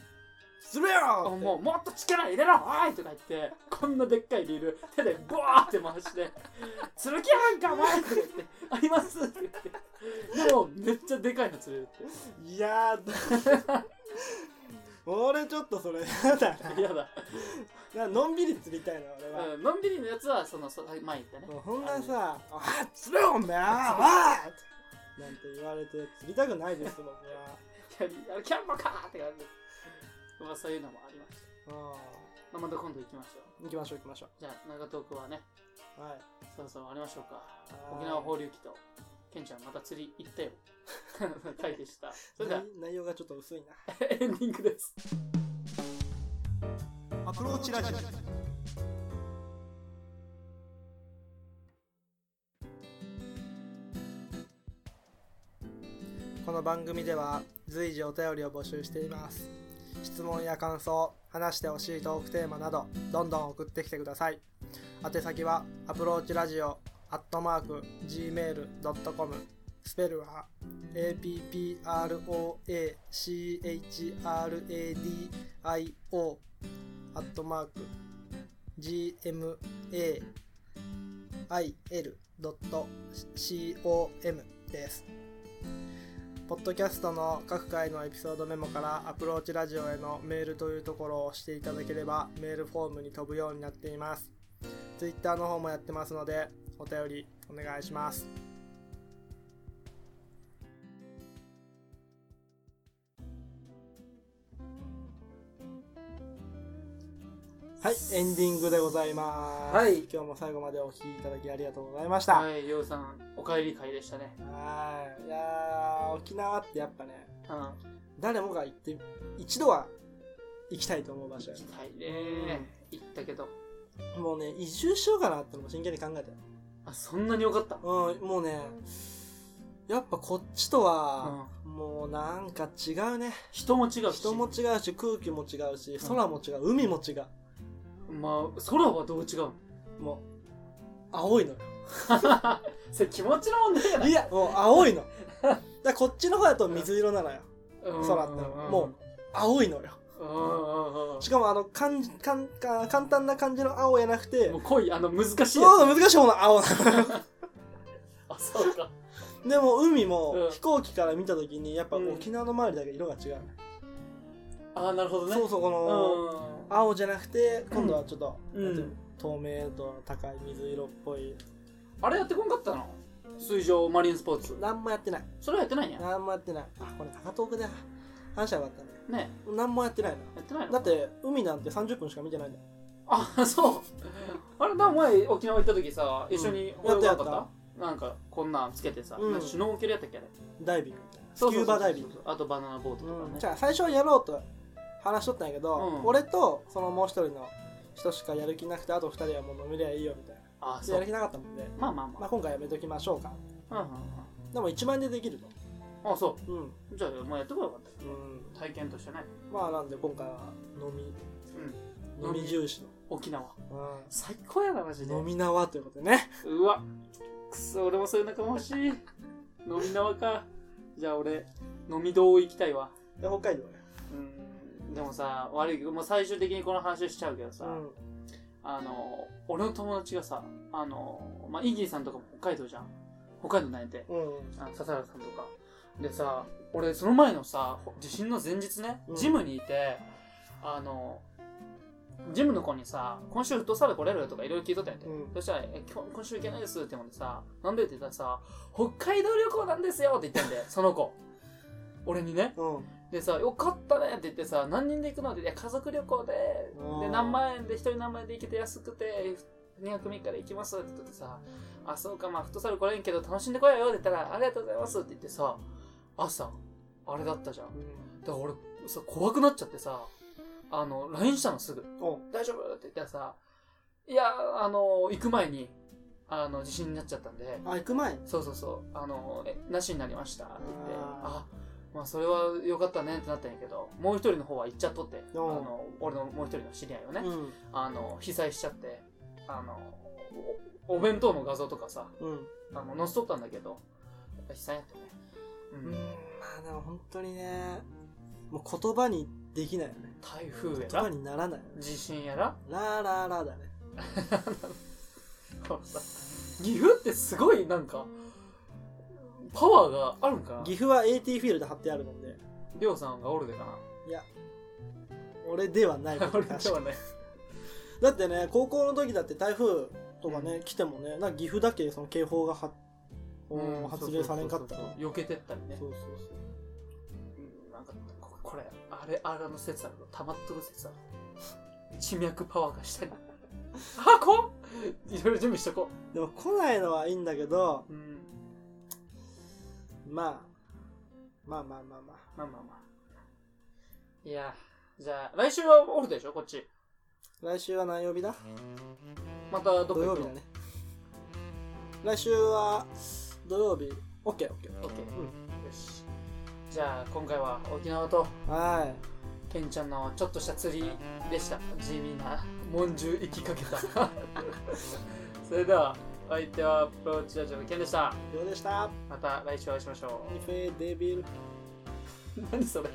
[SPEAKER 2] 釣れよ
[SPEAKER 1] あ
[SPEAKER 2] って
[SPEAKER 1] もうもっと力入れろおいとか言ってこんなでっかいリール手でボワーって回して「釣る気あんかお前!」とか言って「あります」って言ってでもめっちゃでかいの釣れるっ
[SPEAKER 2] いやー
[SPEAKER 1] <laughs>
[SPEAKER 2] 俺ちょっとそれやだ <laughs>
[SPEAKER 1] て嫌だ、
[SPEAKER 2] なのんびり釣りたいな俺は、
[SPEAKER 1] うん、のんびりのやつはそのそ前言ったね
[SPEAKER 2] もうほんなさ「あ釣れよおめえああ!」なんて言われて釣りたくないです
[SPEAKER 1] <laughs>
[SPEAKER 2] 僕は
[SPEAKER 1] キャリーあれキャンバかーって感じで、まあ、そういうのもありました、
[SPEAKER 2] う
[SPEAKER 1] まあ、また今度行きましょうん
[SPEAKER 2] 行きましょう行きましょ
[SPEAKER 1] じゃあ長東区はね
[SPEAKER 2] うはい
[SPEAKER 1] そろそろ終わりましょうか
[SPEAKER 2] はい
[SPEAKER 1] 沖縄放流記とケンちゃんまた釣り行ったよ <laughs> 回でしたそれでは
[SPEAKER 2] 内内容がちょっと薄いな
[SPEAKER 1] エンディングです
[SPEAKER 2] アプローチラジオこの番組では随時お便りを募集しています質問や感想話してほしいトークテーマなどどんどん送ってきてください宛先はアプローチラジオアットマーク gmail.com スペルは approachradio アットマーク gmail.com です。ポッドキャストの各回のエピソードメモからアプローチラジオへのメールというところを押していただければメールフォームに飛ぶようになっています。Twitter の方もやってますのでお便りお願いします。はい、エンディングでございます。
[SPEAKER 1] はい
[SPEAKER 2] 今日も最後までお聞きいただきありがとうございました。
[SPEAKER 1] はい、ようさん、お帰り会でしたね。
[SPEAKER 2] はい。いやー沖縄ってやっぱね、
[SPEAKER 1] うん。
[SPEAKER 2] 誰もが行って、一度は行きたいと思う場
[SPEAKER 1] 行
[SPEAKER 2] 所や
[SPEAKER 1] きたいね。行ったけど。
[SPEAKER 2] なもうね、移住しようかなってのも真剣に考えたよ。
[SPEAKER 1] あ、そんなに良かった。
[SPEAKER 2] うん、もうね、やっぱこっちとは、もうなんか違うね。
[SPEAKER 1] 人も違うし。
[SPEAKER 2] 人も違うし、空気も違うし、空も違う、海も違う。
[SPEAKER 1] まあ、空はどう違うの
[SPEAKER 2] もう、青いのよ。
[SPEAKER 1] それ気持ちの問題じゃない
[SPEAKER 2] いや、もう青
[SPEAKER 1] <laughs>
[SPEAKER 2] いの。だからこっちの方だと水色なのよ。
[SPEAKER 1] 空
[SPEAKER 2] 空ってのはも青いのよ。
[SPEAKER 1] うん、うんうんうん
[SPEAKER 2] しかもあの、かん、かん、か簡単な感じの青やなくて、
[SPEAKER 1] もう濃い、あの、難しいやつ。
[SPEAKER 2] そう難しい方の青なのよ。
[SPEAKER 1] あ、そうか。
[SPEAKER 2] でも海
[SPEAKER 1] う
[SPEAKER 2] も
[SPEAKER 1] ん
[SPEAKER 2] 飛行機から見た時にやっぱ
[SPEAKER 1] うん
[SPEAKER 2] 沖縄の周りだけ色が違う、
[SPEAKER 1] あ、なるほどね。
[SPEAKER 2] そうそうこの青じゃなくて今度はちょっと、
[SPEAKER 1] うん
[SPEAKER 2] なんていうの透明度の高い水色っぽい
[SPEAKER 1] あれやってこんかったの水上マリンスポーツ。
[SPEAKER 2] 何もやってない
[SPEAKER 1] それはやってないんや。
[SPEAKER 2] 何もやってないあこれ高遠くで話したかったね
[SPEAKER 1] ね
[SPEAKER 2] 何もやってない
[SPEAKER 1] やってない
[SPEAKER 2] な
[SPEAKER 1] の
[SPEAKER 2] だって海なんて30分しか見てないんだよ
[SPEAKER 1] あ、そう。あれだ、前沖縄行った時さ、一緒に
[SPEAKER 2] うんや
[SPEAKER 1] 泳がな
[SPEAKER 2] ったやった
[SPEAKER 1] かったなんか、こんなんつけてさ、
[SPEAKER 2] うん
[SPEAKER 1] なんかシュノーケルやったっけあれ。
[SPEAKER 2] ダイビングみたいな
[SPEAKER 1] そ
[SPEAKER 2] ス
[SPEAKER 1] うそ
[SPEAKER 2] キュ
[SPEAKER 1] う
[SPEAKER 2] ー
[SPEAKER 1] そう
[SPEAKER 2] バダイビング
[SPEAKER 1] そうそうあとバナナボートと
[SPEAKER 2] うんじ
[SPEAKER 1] かね。
[SPEAKER 2] ゃあ最初はやろうと話しとったんやけど、
[SPEAKER 1] うん
[SPEAKER 2] 俺とそのもう一人の人しかやる気なくてあと二人はもう飲みりゃいいよみたい
[SPEAKER 1] あ、
[SPEAKER 2] な
[SPEAKER 1] そ
[SPEAKER 2] やる
[SPEAKER 1] う。
[SPEAKER 2] 気なかったもんで、
[SPEAKER 1] まあまあ
[SPEAKER 2] まあ、
[SPEAKER 1] ま
[SPEAKER 2] 今回やめときましょうか
[SPEAKER 1] あ。うんうん
[SPEAKER 2] でも1万円でできると。
[SPEAKER 1] うん。あ、そ
[SPEAKER 2] うん。
[SPEAKER 1] う。じゃあ、もうやってこようかった。
[SPEAKER 2] うん。
[SPEAKER 1] 体験としてね。
[SPEAKER 2] まあなんで今回は飲み、
[SPEAKER 1] うん
[SPEAKER 2] 飲み重視
[SPEAKER 1] 沖縄。
[SPEAKER 2] の。
[SPEAKER 1] 最高やな、マジで。
[SPEAKER 2] 飲み縄ということでね。
[SPEAKER 1] うわくそ俺もそういう仲間欲しい飲み縄かじゃあ俺飲み堂行きたいわ
[SPEAKER 2] で北海道ね。
[SPEAKER 1] うんでもさ悪いけどもう最終的にこの話しちゃうけどさ、
[SPEAKER 2] うん。
[SPEAKER 1] あの俺の友達がさあの、まあ、イギーさんとかも北海道じゃん北海道なんやて
[SPEAKER 2] うん。
[SPEAKER 1] あ笹原さんとかでさ俺その前のさ地震の前日ね
[SPEAKER 2] うん
[SPEAKER 1] ジムにいて、あのジムの子にさ「今週フットサル来れる?」とかいろいろ聞いとったんやて、
[SPEAKER 2] うん
[SPEAKER 1] そしたらえ今日「今週行けないです」って思ってさ「なんで?」って言ったらさ「北海道旅行なんですよ」って言ったんで
[SPEAKER 2] <laughs>
[SPEAKER 1] その子俺にね
[SPEAKER 2] うん。
[SPEAKER 1] でさ「よかったね」って言ってさ「何人で行くの?」って言っていや「家族旅行で
[SPEAKER 2] うん
[SPEAKER 1] で何万円で一人何万円で行けて安くて2泊3日で行きますって言ってさ「あそうかまあフットサル来れんけど楽しんでこようよ」って言ったら「ありがとうございます」って言ってさ朝あれだったじゃんだから俺さ怖くなっちゃってさあの LINE したのすぐ
[SPEAKER 2] お
[SPEAKER 1] 「大丈夫?」って言ったらさ「いやあの行く前にあの地震になっちゃったんで
[SPEAKER 2] あ、行く前に。
[SPEAKER 1] そうそうそうあのえなしになりました」って言って「あ
[SPEAKER 2] あ
[SPEAKER 1] まあそれは良かったね」ってなったんやけどもう一人の方は行っちゃっとってあ
[SPEAKER 2] おう
[SPEAKER 1] の俺のもう一人の知り合いをね
[SPEAKER 2] うん。
[SPEAKER 1] あの被災しちゃってあのおお弁当の画像とかさ
[SPEAKER 2] うん。
[SPEAKER 1] あの載せとったんだけどやっぱ被災やったねう、
[SPEAKER 2] うんん。まあでも本当にね、もう言葉にできないよね。
[SPEAKER 1] 台風や
[SPEAKER 2] 言葉
[SPEAKER 1] ら
[SPEAKER 2] にならないよね。
[SPEAKER 1] 地震やら <laughs>
[SPEAKER 2] ラーラーラーだね。
[SPEAKER 1] このさ岐阜ってすごいなんかパワーがあるんかな
[SPEAKER 2] 岐阜は AT フィールド貼ってあるので、
[SPEAKER 1] りょうさんがおるでか
[SPEAKER 2] 俺では <laughs> ない
[SPEAKER 1] な
[SPEAKER 2] こと
[SPEAKER 1] <laughs> 俺
[SPEAKER 2] に
[SPEAKER 1] で
[SPEAKER 2] 関して
[SPEAKER 1] はね
[SPEAKER 2] だってね高校の時だって台風とかね、来てもねなんか岐阜だけその警報がは、
[SPEAKER 1] うん
[SPEAKER 2] 発令されんかっ
[SPEAKER 1] そ
[SPEAKER 2] た
[SPEAKER 1] うそう
[SPEAKER 2] ね
[SPEAKER 1] そう避けてったりね
[SPEAKER 2] そうそう
[SPEAKER 1] うんなんかここれあれあれの説あるの溜まっとる説ある
[SPEAKER 2] <laughs>
[SPEAKER 1] 地脈パワーがしたりあこっいろいろ準備しとこ
[SPEAKER 2] そうでも来ないのはいいんだけど
[SPEAKER 1] ううん
[SPEAKER 2] まあまあまあまあまあ
[SPEAKER 1] まあまあまあ。いや、じゃあ、来週はオフでしょ、こっち。
[SPEAKER 2] 来週は何曜日だ
[SPEAKER 1] またどこ
[SPEAKER 2] 土
[SPEAKER 1] 行
[SPEAKER 2] 曜
[SPEAKER 1] く
[SPEAKER 2] 日
[SPEAKER 1] の
[SPEAKER 2] だね来週は土曜日 OKOK
[SPEAKER 1] オッケー。
[SPEAKER 2] うん
[SPEAKER 1] よし。じゃあ今回は沖縄と
[SPEAKER 2] は
[SPEAKER 1] ケンちゃんのちょっとした釣りでした地味な猛獣行きかけ <laughs> たそれではお相手はアプローチラジオのケンでした
[SPEAKER 2] い。どうでした
[SPEAKER 1] また来週お会いしましょ
[SPEAKER 2] ニフェデビル。
[SPEAKER 1] う何それ